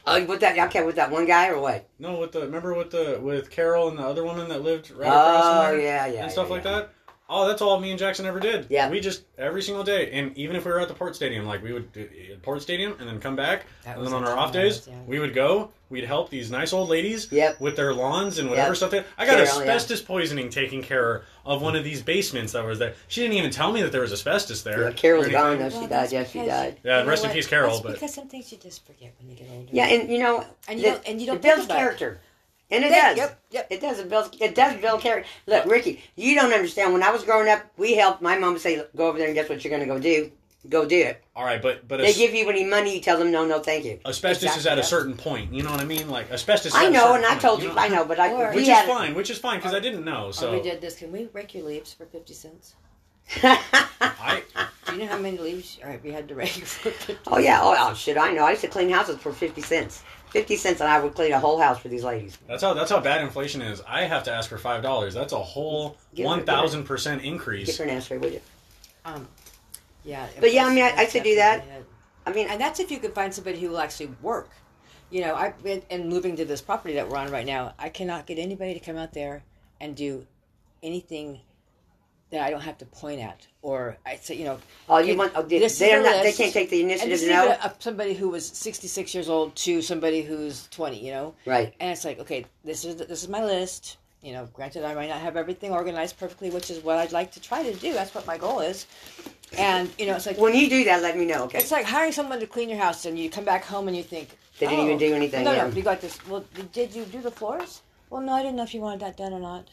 Speaker 3: oh, with that, okay, with that one guy or what?
Speaker 1: No, with the remember with the with Carol and the other woman that lived right across from
Speaker 3: Oh
Speaker 1: her?
Speaker 3: yeah, yeah,
Speaker 1: and stuff
Speaker 3: yeah,
Speaker 1: like
Speaker 3: yeah.
Speaker 1: that. Oh, that's all me and Jackson ever did.
Speaker 3: Yeah.
Speaker 1: we just every single day, and even if we were at the Port Stadium, like we would do, at Port Stadium and then come back,
Speaker 2: That
Speaker 1: and
Speaker 2: was
Speaker 1: then on
Speaker 2: the
Speaker 1: our
Speaker 2: time
Speaker 1: off
Speaker 2: I
Speaker 1: days,
Speaker 2: was young.
Speaker 1: we would go. We'd help these nice old ladies
Speaker 3: Yep.
Speaker 1: with their lawns and whatever
Speaker 3: Yep.
Speaker 1: stuff. They, I got
Speaker 3: Carol, yeah.
Speaker 1: asbestos poisoning taken care of one of these basements that was there. She didn't even tell me that there was asbestos there.
Speaker 3: Yeah, Carol's
Speaker 1: or
Speaker 3: gone
Speaker 1: anything.
Speaker 3: though. She died. Yeah, she died.
Speaker 1: Yeah,
Speaker 2: you know
Speaker 1: rest in
Speaker 2: what?
Speaker 1: peace, Carol,
Speaker 2: That's
Speaker 1: but-
Speaker 2: because some things you just forget when you get older.
Speaker 3: Yeah, and you know,
Speaker 2: And you
Speaker 3: the-
Speaker 2: don't- and you don't
Speaker 3: it
Speaker 2: think
Speaker 3: builds
Speaker 2: about it.
Speaker 3: character, and it
Speaker 2: Yeah,
Speaker 3: does.
Speaker 2: Yep, yep.
Speaker 3: It does. It builds. It does build character. Look, Ricky, you don't understand. When I was growing up, we helped my mom would say, "Go over there and guess what you're going to go do." Go do it.
Speaker 1: All right, but but
Speaker 3: They
Speaker 1: as,
Speaker 3: give you any money, you tell them no, no, thank you.
Speaker 1: asbestos is
Speaker 2: Exactly,
Speaker 1: at a
Speaker 2: yeah.
Speaker 1: certain point. You know what I mean? Like asbestos. Is
Speaker 3: I
Speaker 1: at a
Speaker 3: know,
Speaker 1: certain
Speaker 3: and I
Speaker 1: point,
Speaker 3: told you,
Speaker 1: know?
Speaker 3: I know, but I
Speaker 2: Or-
Speaker 1: Which
Speaker 3: we
Speaker 1: is
Speaker 3: had.
Speaker 1: fine. Which is fine because I didn't know.
Speaker 2: So
Speaker 1: So
Speaker 2: we did this. Can we rake your leaves for fifty cents?
Speaker 1: I
Speaker 2: Do you know how many leaves all right, we had to rake for?
Speaker 3: Oh yeah. Oh, oh shit. I know. I used to clean houses for fifty cents. Fifty cents, and I would clean a whole house for these ladies.
Speaker 1: That's how that's how bad inflation is. I have to ask for five dollars. That's a whole
Speaker 3: Get rid
Speaker 1: one
Speaker 3: of it.
Speaker 1: thousand percent
Speaker 3: Get
Speaker 1: increase.
Speaker 3: her an ashtray, would you?
Speaker 2: Um, yeah. it
Speaker 3: But yeah, I
Speaker 2: was-
Speaker 3: mean, I-
Speaker 2: it was
Speaker 3: I could do that.
Speaker 2: definitely it.
Speaker 3: I mean, I,
Speaker 2: and that's if you could find somebody who will actually work. You know, I and- and moving to this property that we're on right now, I cannot get anybody to come out there and do anything that I don't have to point at or I say, you know.
Speaker 3: Oh, you
Speaker 2: it-
Speaker 3: want- oh, they-
Speaker 2: this is
Speaker 3: they're
Speaker 2: a
Speaker 3: not- they
Speaker 2: list.
Speaker 3: can't take the
Speaker 2: And
Speaker 3: initiative
Speaker 2: this
Speaker 3: to
Speaker 2: is even
Speaker 3: know?
Speaker 2: a- somebody who was sixty six years old to somebody who's twenty. You know,
Speaker 3: Right.
Speaker 2: And it's like, okay, this is this is my list. You know, granted, I might not have everything organized perfectly, which is what I'd like to try to do. That's what my goal is. And you know, it's like
Speaker 3: when you do that, let me know. Okay.
Speaker 2: it's like hiring someone to clean your house, and you come back home and you think
Speaker 3: They didn't
Speaker 2: oh,
Speaker 3: even do anything,
Speaker 2: No, no,
Speaker 3: yeah.
Speaker 2: you got this. Well, did you do the floors? Well, no, I didn't know if you wanted that done or not.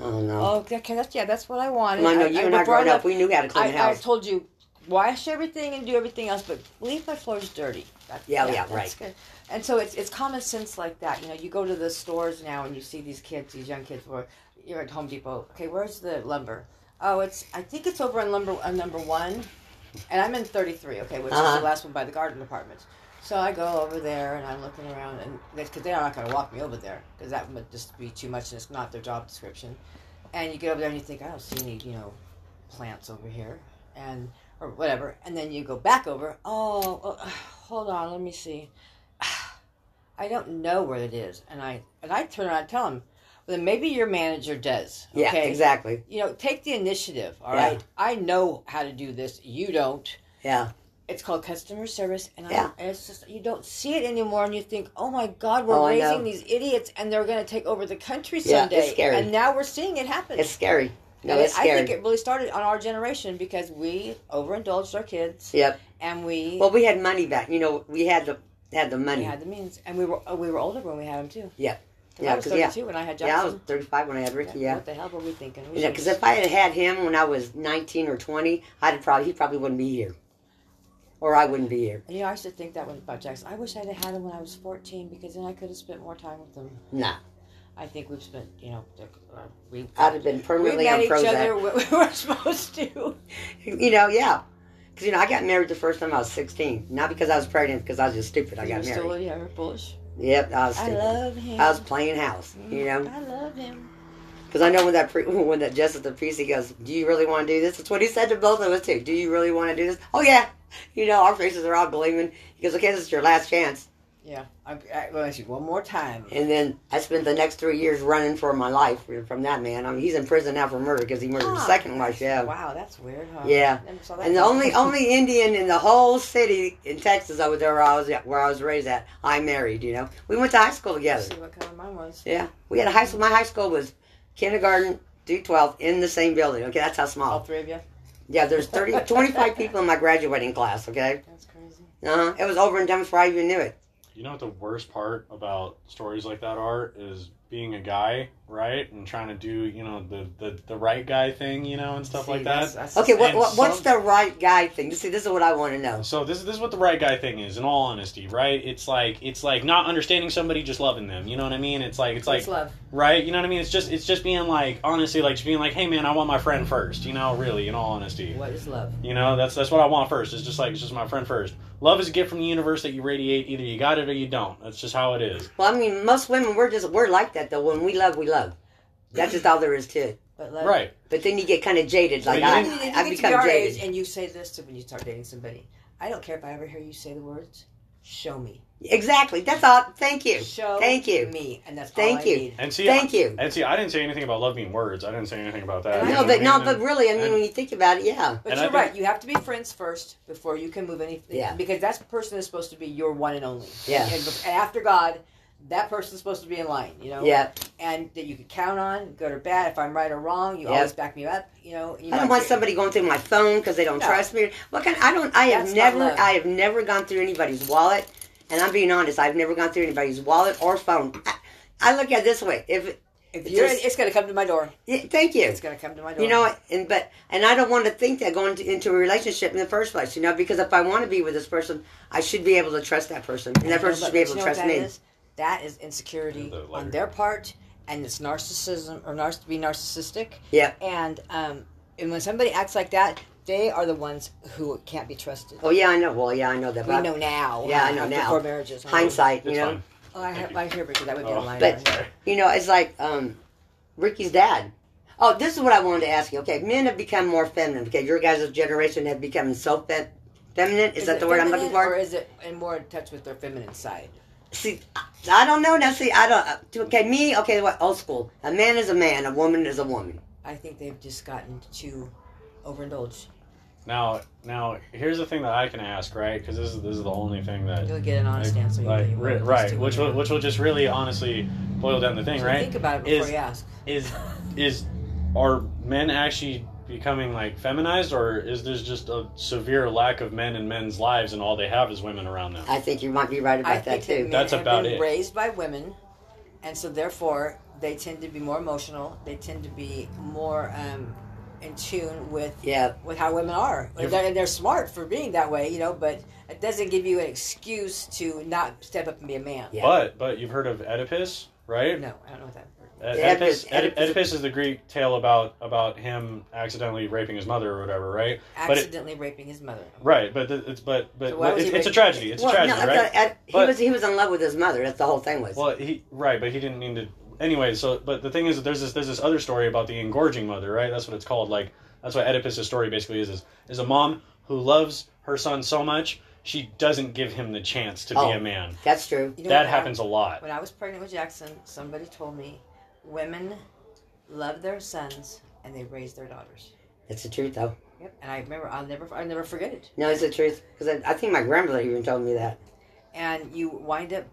Speaker 3: Oh no.
Speaker 2: Oh, okay, that's yeah, that's what I wanted.
Speaker 3: Mom, no,
Speaker 2: I-
Speaker 3: you
Speaker 2: I-
Speaker 3: and I
Speaker 2: before
Speaker 3: growing
Speaker 2: left,
Speaker 3: up, we knew how to clean
Speaker 2: I,
Speaker 3: a house.
Speaker 2: I told you, wash everything and do everything else, but leave my floors dirty. That-
Speaker 3: Yeah, yeah,
Speaker 2: that's
Speaker 3: right.
Speaker 2: good. And so it's it's common sense like that. You know, you go to the stores now and you see these kids, these young kids, or you're at Home Depot. Okay, where's the lumber? Oh, it's I think it's over on lumber on number one, and I'm in 33. Okay, which is
Speaker 3: Uh-huh.
Speaker 2: the last one by the garden department. So I go over there and I'm looking around, and because they're not going to walk me over there because that would just be too much, and it's not their job description. And you get over there and you think, I don't see any, you know, plants over here, and or whatever. And then you go back over. Oh, oh hold on, let me see. I don't know where it is, and I and I turn around and tell him. Well, then maybe your manager does.
Speaker 3: yeah.
Speaker 2: okay?
Speaker 3: Exactly.
Speaker 2: You know, take the initiative. All
Speaker 3: Yeah.
Speaker 2: right, I know how to do this. You don't
Speaker 3: Yeah.
Speaker 2: it's called customer service, and, I,
Speaker 3: Yeah.
Speaker 2: and it's just you don't see it anymore, and you think, oh my God, we're
Speaker 3: Oh, I know.
Speaker 2: raising these idiots, and they're going to take over the country
Speaker 3: Yeah, it's
Speaker 2: someday.
Speaker 3: scary.
Speaker 2: And now we're seeing it happen.
Speaker 3: It's scary. No,
Speaker 2: And
Speaker 3: it's
Speaker 2: I
Speaker 3: scary.
Speaker 2: think it really started on our generation because we overindulged our kids,
Speaker 3: Yep.
Speaker 2: and we
Speaker 3: Well, we had money back. You know, we had the had the
Speaker 2: we
Speaker 3: money.
Speaker 2: had the means, and we were uh, we were older when we had them too.
Speaker 3: Yeah.
Speaker 2: 'Cause
Speaker 3: Yeah,
Speaker 2: I was
Speaker 3: 'cause, yeah.
Speaker 2: thirty-two when I had
Speaker 3: yeah, I was
Speaker 2: Johnson.
Speaker 3: 35 when I had Ricky. Yeah.
Speaker 2: What the hell were we thinking? We
Speaker 3: Yeah,
Speaker 2: should've
Speaker 3: because if I had had him when I was 19 or 20, I'd probably he probably wouldn't be here, or I wouldn't be here.
Speaker 2: And you know, I used to think that one about Jackson. I wish I'd have had him when I was 14 because then I could have spent more time with him.
Speaker 3: Nah,
Speaker 2: I think we've spent, you know, the- uh, we
Speaker 3: I'd have been
Speaker 2: we
Speaker 3: permanently
Speaker 2: met
Speaker 3: on
Speaker 2: each other
Speaker 3: Prozac.
Speaker 2: when we were supposed to.
Speaker 3: You know, yeah. Because you know, I got married the first time I was 16. Not because I was pregnant, because I was just stupid. I
Speaker 2: You
Speaker 3: got
Speaker 2: were still,
Speaker 3: married.
Speaker 2: yeah, you were bullish.
Speaker 3: Yep, I was
Speaker 2: I
Speaker 3: stupid.
Speaker 2: love him.
Speaker 3: I was playing house, you know,
Speaker 2: I love him.
Speaker 3: because I know when that pre- when that Justice of the Peace he goes, "Do you really want to do this?" That's what he said to both of us too. Do you really want to do this? Oh yeah, you know our faces are all gleaming. He goes, "Okay, this is your last chance."
Speaker 2: Yeah, I'm, I'm going to ask you one more time.
Speaker 3: And then I spent the next three years running for my life from that man. I mean, he's in prison now for murder because he murdered his
Speaker 2: Ah,
Speaker 3: second wife. Yeah.
Speaker 2: Wow, that's weird, huh?
Speaker 3: Yeah.
Speaker 2: Never saw that
Speaker 3: And the
Speaker 2: coming.
Speaker 3: only only Indian in the whole city in Texas over there where I was at, where I was raised at, I married. You know, we went to high school together.
Speaker 2: see what color mine was.
Speaker 3: Yeah, we had a high school. My high school was kindergarten through 12th in the same building. Okay, that's how
Speaker 2: All
Speaker 3: small.
Speaker 2: three of you.
Speaker 3: Yeah, there's 30, 25 people in my graduating class. Okay,
Speaker 2: That's crazy.
Speaker 3: uh huh. It was over and done before I even knew it.
Speaker 1: You know what the worst part about stories like that are is being a guy, right, and trying to do you know the the, the right guy thing, you know, and stuff
Speaker 2: See,
Speaker 1: like
Speaker 2: that's-
Speaker 1: that.
Speaker 2: that's-
Speaker 3: Okay, what,
Speaker 1: And
Speaker 3: what what's
Speaker 1: some-
Speaker 3: the right guy thing? See, this is what I want to know.
Speaker 1: So this this is what the right guy thing is, in all honesty, right? It's like it's like not understanding somebody, just loving them. You know what I mean? It's like it's like
Speaker 2: It's love.
Speaker 1: right? You know what I mean? It's just it's just being like honestly, like just being like, hey man, I want my friend first. You know, really, in all honesty.
Speaker 2: What is love?
Speaker 1: You know, that's that's what I want first. It's just like it's just my friend first. Love is a gift from the universe that you radiate. Either you got it or you don't. That's just how it is.
Speaker 3: Well, I mean, most women we're just we're like that though. When we love, we love. That's just all there is to it.
Speaker 2: But love.
Speaker 1: Right.
Speaker 3: But then you get kind of jaded, like
Speaker 1: But
Speaker 3: I,
Speaker 1: you
Speaker 2: You get
Speaker 3: I
Speaker 2: to be
Speaker 3: become
Speaker 2: our age
Speaker 3: jaded.
Speaker 2: and you say this to when you start dating somebody. I don't care if I ever hear you say the words. Show me.
Speaker 3: Exactly. That's all. Thank you.
Speaker 2: Show
Speaker 3: Thank you.
Speaker 2: me, and that's
Speaker 3: Thank
Speaker 2: all
Speaker 3: you.
Speaker 2: I need.
Speaker 1: And see,
Speaker 3: Thank you.
Speaker 1: And see, I didn't say anything about love being words. I didn't say anything about that.
Speaker 2: No,
Speaker 1: You know
Speaker 3: No,
Speaker 1: what I
Speaker 3: but no,
Speaker 1: mean?
Speaker 3: but really, I mean,
Speaker 1: and-
Speaker 3: when you think about it, yeah.
Speaker 2: But
Speaker 1: And I
Speaker 2: you're
Speaker 1: think-
Speaker 2: right. You have to be friends first before you can move anything.
Speaker 3: Yeah.
Speaker 2: Because that person is supposed to be your one and only.
Speaker 3: Yeah.
Speaker 2: And, bef- and after God, that person's supposed to be in line. You know.
Speaker 3: Yeah.
Speaker 2: And that you can count on, good or bad. If I'm right or wrong, you
Speaker 3: Yeah.
Speaker 2: always back me up. You know. You
Speaker 3: I don't
Speaker 2: might
Speaker 3: want
Speaker 2: be-
Speaker 3: somebody going through my phone because they don't
Speaker 2: No.
Speaker 3: trust me. What kind? I don't. I
Speaker 2: That's not
Speaker 3: have never.
Speaker 2: love.
Speaker 3: I have never gone through anybody's wallet, and I'm being honest. I've never gone through anybody's wallet or phone. I, I look at it this way. If
Speaker 2: If you're,
Speaker 3: just-
Speaker 2: it's gonna come to my door.
Speaker 3: yeah, thank you.
Speaker 2: It's gonna come to my door.
Speaker 3: You know, and but and I don't want to think that going to, into a relationship in the first place. You know, because if I want to be with this person, I should be able to trust that person, and that
Speaker 2: You know,
Speaker 3: person
Speaker 2: but
Speaker 3: should be
Speaker 2: you
Speaker 3: able to
Speaker 2: know what
Speaker 3: trust
Speaker 2: that
Speaker 3: me.
Speaker 2: is? That is
Speaker 1: Yeah,
Speaker 2: insecurity
Speaker 1: the lighter.
Speaker 2: on their part, and it's narcissism or nar- be narcissistic.
Speaker 3: Yeah.
Speaker 2: And um, and when somebody acts like that, They are the ones who can't be trusted.
Speaker 3: Oh yeah, I know. Well, yeah, I know that.
Speaker 2: We
Speaker 3: but I-
Speaker 2: know now.
Speaker 3: Yeah, I know
Speaker 2: uh,
Speaker 3: now.
Speaker 2: Before marriages.
Speaker 3: Hindsight, you
Speaker 1: It's
Speaker 3: know.
Speaker 1: fine.
Speaker 2: Oh, I, have, I hear because that would be a
Speaker 1: Oh.
Speaker 2: liar.
Speaker 3: But you know, it's like um, Ricky's dad. Oh, this is what I wanted to ask you. Okay, men have become more feminine. Okay, your guys' generation have become so fe- feminine. Is, that
Speaker 2: it
Speaker 3: the word I'm
Speaker 2: feminine
Speaker 3: looking for?
Speaker 2: Or is it and more in touch with their feminine side?
Speaker 3: see, I- I don't know. Now, see, I don't. uh, to- Okay, me. Okay, what old school? A man is a man. A woman is a woman.
Speaker 2: I think they've just gotten too overindulged.
Speaker 1: Now, now here's the thing that I can ask, right? Because this is this is the only thing that
Speaker 2: You'll get an honest
Speaker 1: like,
Speaker 2: answer. you
Speaker 1: Mm, like,
Speaker 2: really
Speaker 1: ri-
Speaker 2: won't. Just
Speaker 1: right?
Speaker 2: do
Speaker 1: Which
Speaker 2: it.
Speaker 1: will which will just really honestly boil down the thing,
Speaker 2: So
Speaker 1: right?
Speaker 2: Think about it before
Speaker 1: Is-
Speaker 2: you ask.
Speaker 1: is is are men actually becoming like feminized or is there just a severe lack of men in men's lives and all they have is women around them
Speaker 3: I think you might be right about
Speaker 2: I
Speaker 3: that
Speaker 2: think
Speaker 3: too.
Speaker 2: men
Speaker 1: That's
Speaker 2: have
Speaker 1: about
Speaker 2: been
Speaker 1: it.
Speaker 2: Raised by women, and so therefore they tend to be more emotional. They tend to be more um, in tune with
Speaker 3: yeah,
Speaker 2: with how women are.
Speaker 1: If-
Speaker 2: And they're, and they're smart for being that way, you know. But it doesn't give you an excuse to not step up and be a man.
Speaker 3: Yeah.
Speaker 1: but but you've heard of oedipus right
Speaker 2: No, I don't know what that.
Speaker 1: E- Oedipus,
Speaker 3: Oedipus-
Speaker 1: Oedipus,
Speaker 3: Oedipus-
Speaker 1: is the Greek tale about about him accidentally raping his mother or whatever, right? But it,
Speaker 2: Accidentally raping his mother.
Speaker 1: right, but th- it's but but
Speaker 2: So why was
Speaker 1: it's,
Speaker 2: he
Speaker 1: it's a
Speaker 2: raping-
Speaker 1: tragedy. It's
Speaker 3: well,
Speaker 1: a tragedy,
Speaker 3: no,
Speaker 1: right?
Speaker 3: I thought- I- he
Speaker 1: But-
Speaker 3: was he was in love with his mother. That's the whole thing was.
Speaker 1: Well, he right, but he didn't mean to. Anyway, so but the thing is, that there's this there's this other story about the engorging mother, right? That's what it's called. Like that's what Oedipus's story basically is is is a mom who loves her son so much she doesn't give him the chance to
Speaker 3: Oh,
Speaker 1: be a man.
Speaker 3: that's true.
Speaker 2: You know
Speaker 1: that
Speaker 2: what,
Speaker 1: happens a lot.
Speaker 2: When I was pregnant with Jackson, somebody told me women love their sons and they raise their daughters.
Speaker 3: It's the truth though.
Speaker 2: Yep. And I remember I'll never I never forget it.
Speaker 3: No, it's the truth because I, I think my grandmother even told me that.
Speaker 2: And you wind up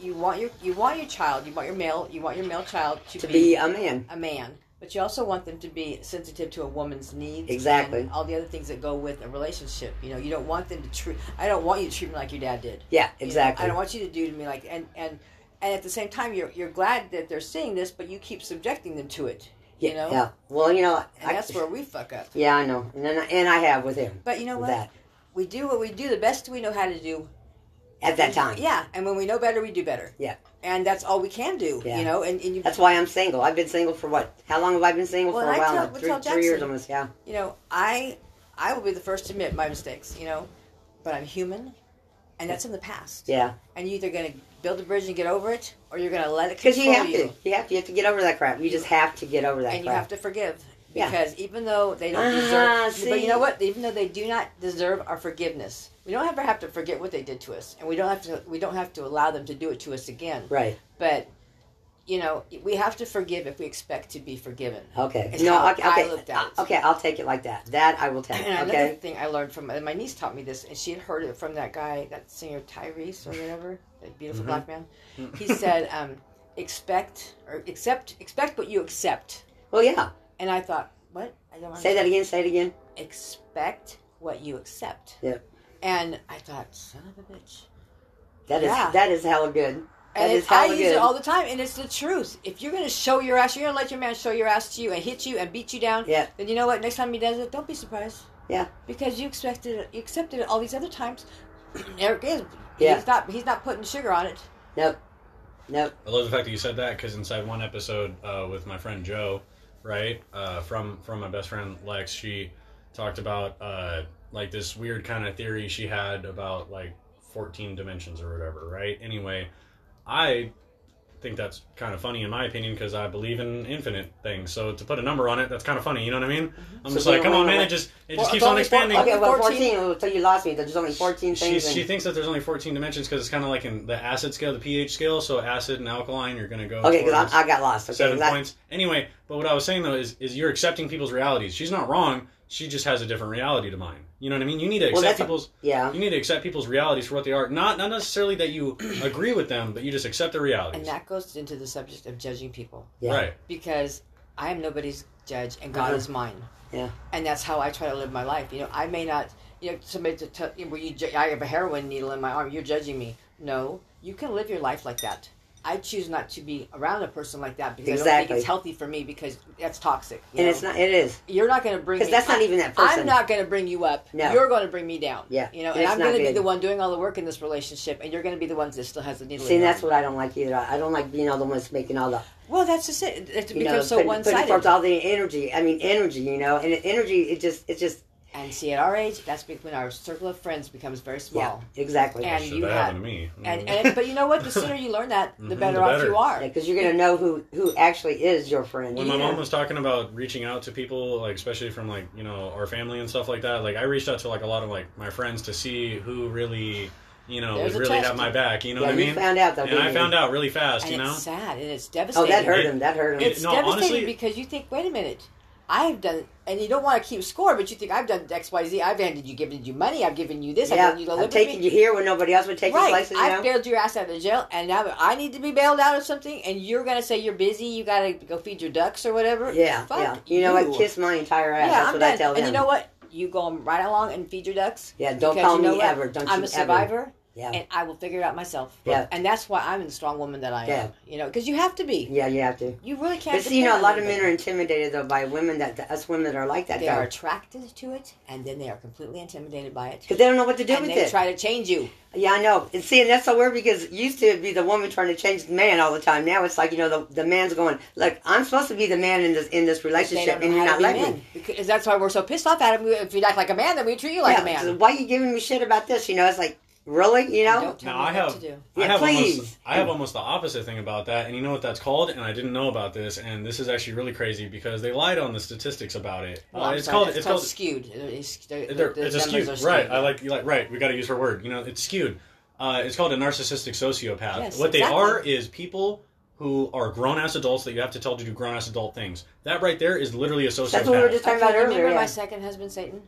Speaker 2: you want your you want your child, you want your male you want your male child to,
Speaker 3: To
Speaker 2: be,
Speaker 3: be a man.
Speaker 2: a man. But you also want them to be sensitive to a woman's needs.
Speaker 3: Exactly.
Speaker 2: And all the other things that go with a relationship. You know, you don't want them to treat I don't want you to treat me like your dad did.
Speaker 3: Yeah,
Speaker 2: You know,
Speaker 3: exactly.
Speaker 2: I don't want you to do to me like and and and at the same time you're you're glad that they're seeing this, but you keep subjecting them to it. You
Speaker 3: yeah,
Speaker 2: know,
Speaker 3: yeah. Well, you know,
Speaker 2: and that's where we fuck up.
Speaker 3: Yeah, I know, and then I, and I have with him
Speaker 2: But you know what?
Speaker 3: that
Speaker 2: We do what we do the best we know how to do.
Speaker 3: at that time.
Speaker 2: Yeah, and when we know better, we do better.
Speaker 3: Yeah.
Speaker 2: and that's all we can do.
Speaker 3: Yeah.
Speaker 2: You know, and, and you
Speaker 3: That's why I'm single. I've been single for what? How long have I been single
Speaker 2: Well,
Speaker 3: for a
Speaker 2: I
Speaker 3: while?
Speaker 2: tell-
Speaker 3: now?
Speaker 2: we
Speaker 3: Three,
Speaker 2: tell
Speaker 3: three years
Speaker 2: Jackson.
Speaker 3: almost. Yeah.
Speaker 2: you know I I will be the first to admit my mistakes. You know, but I'm human, and that's in the past.
Speaker 3: Yeah.
Speaker 2: And you're either gonna build a bridge and get over it, or you're gonna let it
Speaker 3: Because
Speaker 2: control
Speaker 3: you have
Speaker 2: you.
Speaker 3: to. You have to. You have to get over that crap. You just have to get over that
Speaker 2: and you
Speaker 3: crap.
Speaker 2: have to forgive
Speaker 3: Yeah.
Speaker 2: because even though they don't
Speaker 3: Ah,
Speaker 2: deserve but
Speaker 3: see.
Speaker 2: you know what even though they do not deserve our forgiveness we don't ever have to forget what they did to us and we don't have to we don't have to allow them to do it to us again
Speaker 3: Right.
Speaker 2: but you know we have to forgive if we expect to be forgiven
Speaker 3: Okay.
Speaker 2: It's
Speaker 3: no.
Speaker 2: how
Speaker 3: okay.
Speaker 2: I
Speaker 3: Okay.
Speaker 2: looked at it.
Speaker 3: okay. I'll take it like that. That I will take.
Speaker 2: and another
Speaker 3: okay.
Speaker 2: thing I learned from and my niece taught me this, and she had heard it from that guy, that singer Tyrese or whatever, that beautiful
Speaker 3: Mm-hmm.
Speaker 2: black man. He said, um, "Expect or accept, expect what you accept."
Speaker 3: Well, yeah.
Speaker 2: And I thought, "What? I don't
Speaker 3: Say that again. Say it again.
Speaker 2: expect what you accept.
Speaker 3: Yep.
Speaker 2: And I thought, son of a bitch.
Speaker 3: That is.
Speaker 2: Yeah.
Speaker 3: That is hella good. That
Speaker 2: And
Speaker 3: is
Speaker 2: it's, I
Speaker 3: hella
Speaker 2: use
Speaker 3: good.
Speaker 2: it all the time, and it's the truth. If you're going to show your ass, you're going to let your man show your ass to you and hit you and beat you down.
Speaker 3: Yeah.
Speaker 2: Then you know what? Next time he does it, don't be surprised.
Speaker 3: Yeah.
Speaker 2: Because you expected it, you accepted it all these other times. Eric is.
Speaker 3: Yeah.
Speaker 2: He's not. He's not putting sugar on it.
Speaker 3: Nope. Nope.
Speaker 1: I love the fact that you said that because inside one episode uh, with my friend Joe, right uh, from from my best friend Lex, she talked about uh, like this weird kind of theory she had about like fourteen dimensions or whatever, right? Anyway, I think that's kind of funny in my opinion because I believe in infinite things. So to put a number on it, that's kind of funny. You know what I mean? I'm
Speaker 3: Mm-hmm. So
Speaker 1: just
Speaker 3: we
Speaker 1: like, come
Speaker 3: don't
Speaker 1: on,
Speaker 3: wanna,
Speaker 1: man!
Speaker 3: like-
Speaker 1: It just it
Speaker 2: Well,
Speaker 1: just keeps
Speaker 2: it's
Speaker 1: on
Speaker 2: only four-
Speaker 1: expanding.
Speaker 3: Okay. Well,
Speaker 2: 14.
Speaker 3: fourteen. Until you lost me. There's only fourteen
Speaker 1: She,
Speaker 3: things.
Speaker 1: she
Speaker 3: and-
Speaker 1: thinks that there's only 14 dimensions because it's kind of like in the acid scale, the pH scale. So acid and alkaline, you're going to go.
Speaker 3: okay. Because
Speaker 1: towards-
Speaker 3: I got lost. Okay.
Speaker 1: seven
Speaker 3: 'cause I-
Speaker 1: points. Anyway, but what I was saying though is, is you're accepting people's realities. She's not wrong. She just has a different reality to mine. You know what I mean? You need to
Speaker 3: Well,
Speaker 1: accept
Speaker 3: that's a-
Speaker 1: people's
Speaker 3: Yeah.
Speaker 1: you need to accept people's realities for what they are. Not not necessarily that you agree with them, but you just accept their realities.
Speaker 2: And that goes into the subject of judging people.
Speaker 3: Yeah.
Speaker 1: Right.
Speaker 2: because I am nobody's judge and God
Speaker 3: Uh-huh.
Speaker 2: is mine.
Speaker 3: Yeah.
Speaker 2: And that's how I try to live my life. You know, I may not, you know, somebody to tell, you know, well, you, ju- I have a heroin needle in my arm, you're judging me. No, you can live your life like that. I choose not to be around a person like that because I don't
Speaker 3: Exactly.
Speaker 2: think it's healthy for me because that's toxic. you
Speaker 3: And
Speaker 2: know?
Speaker 3: it's not. It is.
Speaker 2: You're not going to bring
Speaker 3: 'Cause
Speaker 2: me-
Speaker 3: that's not
Speaker 2: I-
Speaker 3: even that person.
Speaker 2: I'm not going to bring you up.
Speaker 3: No.
Speaker 2: You're going to bring me down.
Speaker 3: Yeah.
Speaker 2: You know,
Speaker 3: And
Speaker 2: and
Speaker 3: it's
Speaker 2: I'm
Speaker 3: not
Speaker 2: going to be
Speaker 3: good.
Speaker 2: the one doing all the work in this relationship, and you're going to be the ones that still has the needle. in
Speaker 3: See, and
Speaker 2: your
Speaker 3: that's
Speaker 2: arm.
Speaker 3: what I don't like either. I I don't like being all the one that's making all the
Speaker 2: Well, that's just it. It
Speaker 3: you know
Speaker 2: becomes so
Speaker 3: putting,
Speaker 2: one
Speaker 3: putting
Speaker 2: sided.
Speaker 3: forth all the energy. I mean, energy. You know, and energy. It just it just
Speaker 2: And see, at our age, that's when our circle of friends becomes very
Speaker 3: Yeah,
Speaker 2: small.
Speaker 3: exactly.
Speaker 2: And
Speaker 3: Yeah,
Speaker 1: Shit,
Speaker 2: you
Speaker 1: that
Speaker 2: have-
Speaker 1: happened to me.
Speaker 2: And, and but you know what? The sooner you learn that, the
Speaker 1: Mhm, Mm-hmm.
Speaker 2: better
Speaker 1: the
Speaker 2: off
Speaker 1: better.
Speaker 2: you are.
Speaker 3: because you're gonna know who who actually is your friend.
Speaker 1: When my mom was talking about reaching out to people, like especially from like you know our family and stuff like that, like I reached out to like a lot of like my friends to see who really, you know,
Speaker 2: There's
Speaker 1: would
Speaker 2: a
Speaker 1: really
Speaker 2: test.
Speaker 1: have my back. You know
Speaker 3: yeah,
Speaker 1: what I
Speaker 3: you
Speaker 1: mean?
Speaker 3: found out though.
Speaker 1: and I
Speaker 3: didn't
Speaker 1: found
Speaker 3: you?
Speaker 1: out really fast.
Speaker 2: and
Speaker 1: you know,
Speaker 2: it's sad and it's
Speaker 3: Oh,
Speaker 2: devastating.
Speaker 3: that hurt
Speaker 1: It-
Speaker 3: him. That hurt him.
Speaker 1: it-
Speaker 2: It's
Speaker 1: No,
Speaker 2: devastating
Speaker 1: honestly-
Speaker 2: because you think, wait a minute, I've done, and you don't want to keep score, but you think I've done X, Y, Z. I've handed you, given you money, I've given you this, I've
Speaker 3: yeah,
Speaker 2: given you the
Speaker 3: I'm
Speaker 2: liberty.
Speaker 3: taking you here when nobody else would take you
Speaker 2: right,
Speaker 3: places. You
Speaker 2: I've
Speaker 3: know?
Speaker 2: bailed your ass out of jail, and now I need to be bailed out of something, and you're gonna say you're busy, you gotta go feed your ducks or whatever.
Speaker 3: Yeah,
Speaker 2: Fuck
Speaker 3: yeah. You know what? Kiss my entire
Speaker 2: Yeah,
Speaker 3: ass. That's
Speaker 2: I'm
Speaker 3: what
Speaker 2: done.
Speaker 3: I tell them.
Speaker 2: and you know what? You go right along and feed your ducks.
Speaker 3: Yeah, don't
Speaker 2: because
Speaker 3: call
Speaker 2: you know
Speaker 3: me
Speaker 2: what?
Speaker 3: ever. Don't
Speaker 2: I'm
Speaker 3: you
Speaker 2: a survivor,
Speaker 3: ever. Yeah,
Speaker 2: and I will figure it out myself.
Speaker 3: Yeah.
Speaker 2: and that's why I'm the strong woman that I am.
Speaker 3: Yeah.
Speaker 2: You know, because you have to be.
Speaker 3: yeah. You have to.
Speaker 2: You really can't.
Speaker 3: But see, you know, a
Speaker 2: depend
Speaker 3: lot
Speaker 2: on
Speaker 3: of men are
Speaker 2: anybody.
Speaker 3: intimidated though by women that us women that are like that.
Speaker 2: They are
Speaker 3: though.
Speaker 2: attracted to it, and then they are completely intimidated by it,
Speaker 3: Because they don't know what to do
Speaker 2: and
Speaker 3: with
Speaker 2: they
Speaker 3: it.
Speaker 2: try to change you.
Speaker 3: yeah, I know. And see, and that's so weird because it used to be the woman trying to change the man all the time. Now it's like you know the, the man's going, look, I'm supposed to be the man in this in this
Speaker 2: They don't
Speaker 3: relationship,
Speaker 2: know
Speaker 3: and you're
Speaker 2: how to
Speaker 3: not
Speaker 2: be
Speaker 3: letting
Speaker 2: men.
Speaker 3: me.
Speaker 2: Because that's why we're so pissed off at him. If you act like a man, then we treat you like
Speaker 3: yeah,
Speaker 2: a man.
Speaker 3: Why you giving me shit about this? You know, it's like really, you know.
Speaker 2: Don't tell
Speaker 1: Now
Speaker 2: me
Speaker 1: I
Speaker 2: what
Speaker 1: have,
Speaker 2: to do.
Speaker 1: I
Speaker 3: Yeah,
Speaker 1: have almost,
Speaker 3: please.
Speaker 1: I have almost the opposite thing about that, and you know what that's called? And I didn't know about this, and this is actually really crazy because they lied on the statistics about it.
Speaker 2: Well,
Speaker 1: Uh,
Speaker 2: I'm
Speaker 1: it's
Speaker 2: sorry,
Speaker 1: called,
Speaker 2: it's, called skewed. It's, the-
Speaker 1: They're-
Speaker 2: the
Speaker 1: it's a
Speaker 2: numbers
Speaker 1: skewed,
Speaker 2: are
Speaker 1: right? I like you like right. We got to use her word. You know, it's skewed. Uh, it's called a narcissistic sociopath.
Speaker 2: Yes,
Speaker 1: what
Speaker 2: exactly.
Speaker 1: they are is people who are grown ass adults that you have to tell to do grown ass adult things. That right there is literally a sociopath.
Speaker 3: That's what we were just talking
Speaker 2: Okay,
Speaker 3: about earlier.
Speaker 2: remember my
Speaker 3: Yeah.
Speaker 2: second husband, Satan?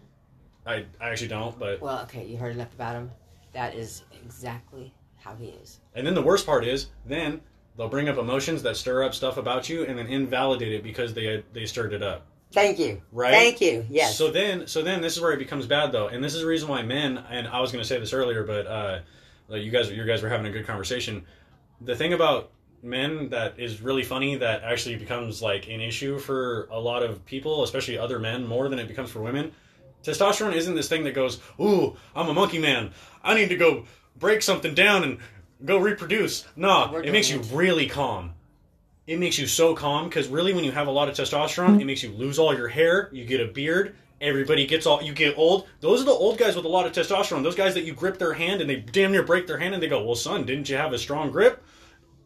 Speaker 1: I, I actually don't, but
Speaker 2: Well, okay, you heard enough about him. That is exactly how he is.
Speaker 1: and then the worst part is then they'll bring up emotions that stir up stuff about you and then invalidate it because they they stirred it up.
Speaker 3: Thank you.
Speaker 1: Right?
Speaker 3: Thank you. Yes.
Speaker 1: So then, so then this is where it becomes bad though, and this is the reason why men. And I was going to say this earlier, but uh, like you guys, you guys were having a good conversation. The thing about men that is really funny that actually becomes like an issue for a lot of people, especially other men, more than it becomes for women. Testosterone isn't this thing that goes, "Ooh, I'm a monkey man. I need to go break something down and go reproduce." Nah,
Speaker 2: We're
Speaker 1: it makes you
Speaker 2: doing it.
Speaker 1: really calm it makes you so calm because really when you have a lot of testosterone it makes you lose all your hair you get a beard everybody gets all you get old those are the old guys with a lot of testosterone those guys that you grip their hand and they damn near break their hand and they go well son didn't you have a strong grip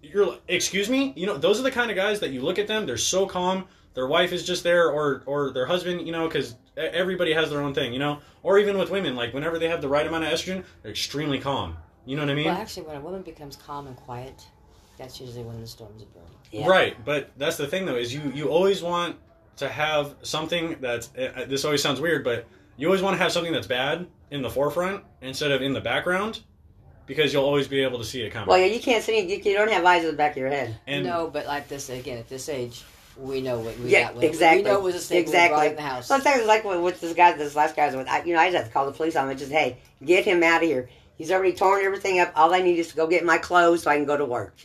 Speaker 1: you're like, excuse me you know those are the kind of guys that you look at them they're so calm their wife is just there or or their husband you know because everybody has their own thing you know or even with women like whenever they have the right amount of estrogen they're extremely calm you know what i mean
Speaker 2: Well, actually, when a woman becomes calm and quiet, that's usually when the storms are burning.
Speaker 3: Yeah.
Speaker 1: Right, but that's the thing though is you you always want to have something that's uh, this always sounds weird, but you always want to have something that's bad in the forefront instead of in the background because you'll always be able to see it coming.
Speaker 3: Well, yeah, you can't see. You, you don't have eyes in the back of your head.
Speaker 1: and
Speaker 2: no, but like this again, at this age, we know what we
Speaker 3: yeah,
Speaker 2: got. What,
Speaker 3: exactly.
Speaker 2: We know it was a snake we
Speaker 3: exactly.
Speaker 2: brought in the house.
Speaker 3: Sometimes it's like with, with this guy, this last guy, I was with, I, you know, I just have to call the police on him. Just hey, get him out of here. He's already torn everything up. All I need is to go get my clothes so I can go to work.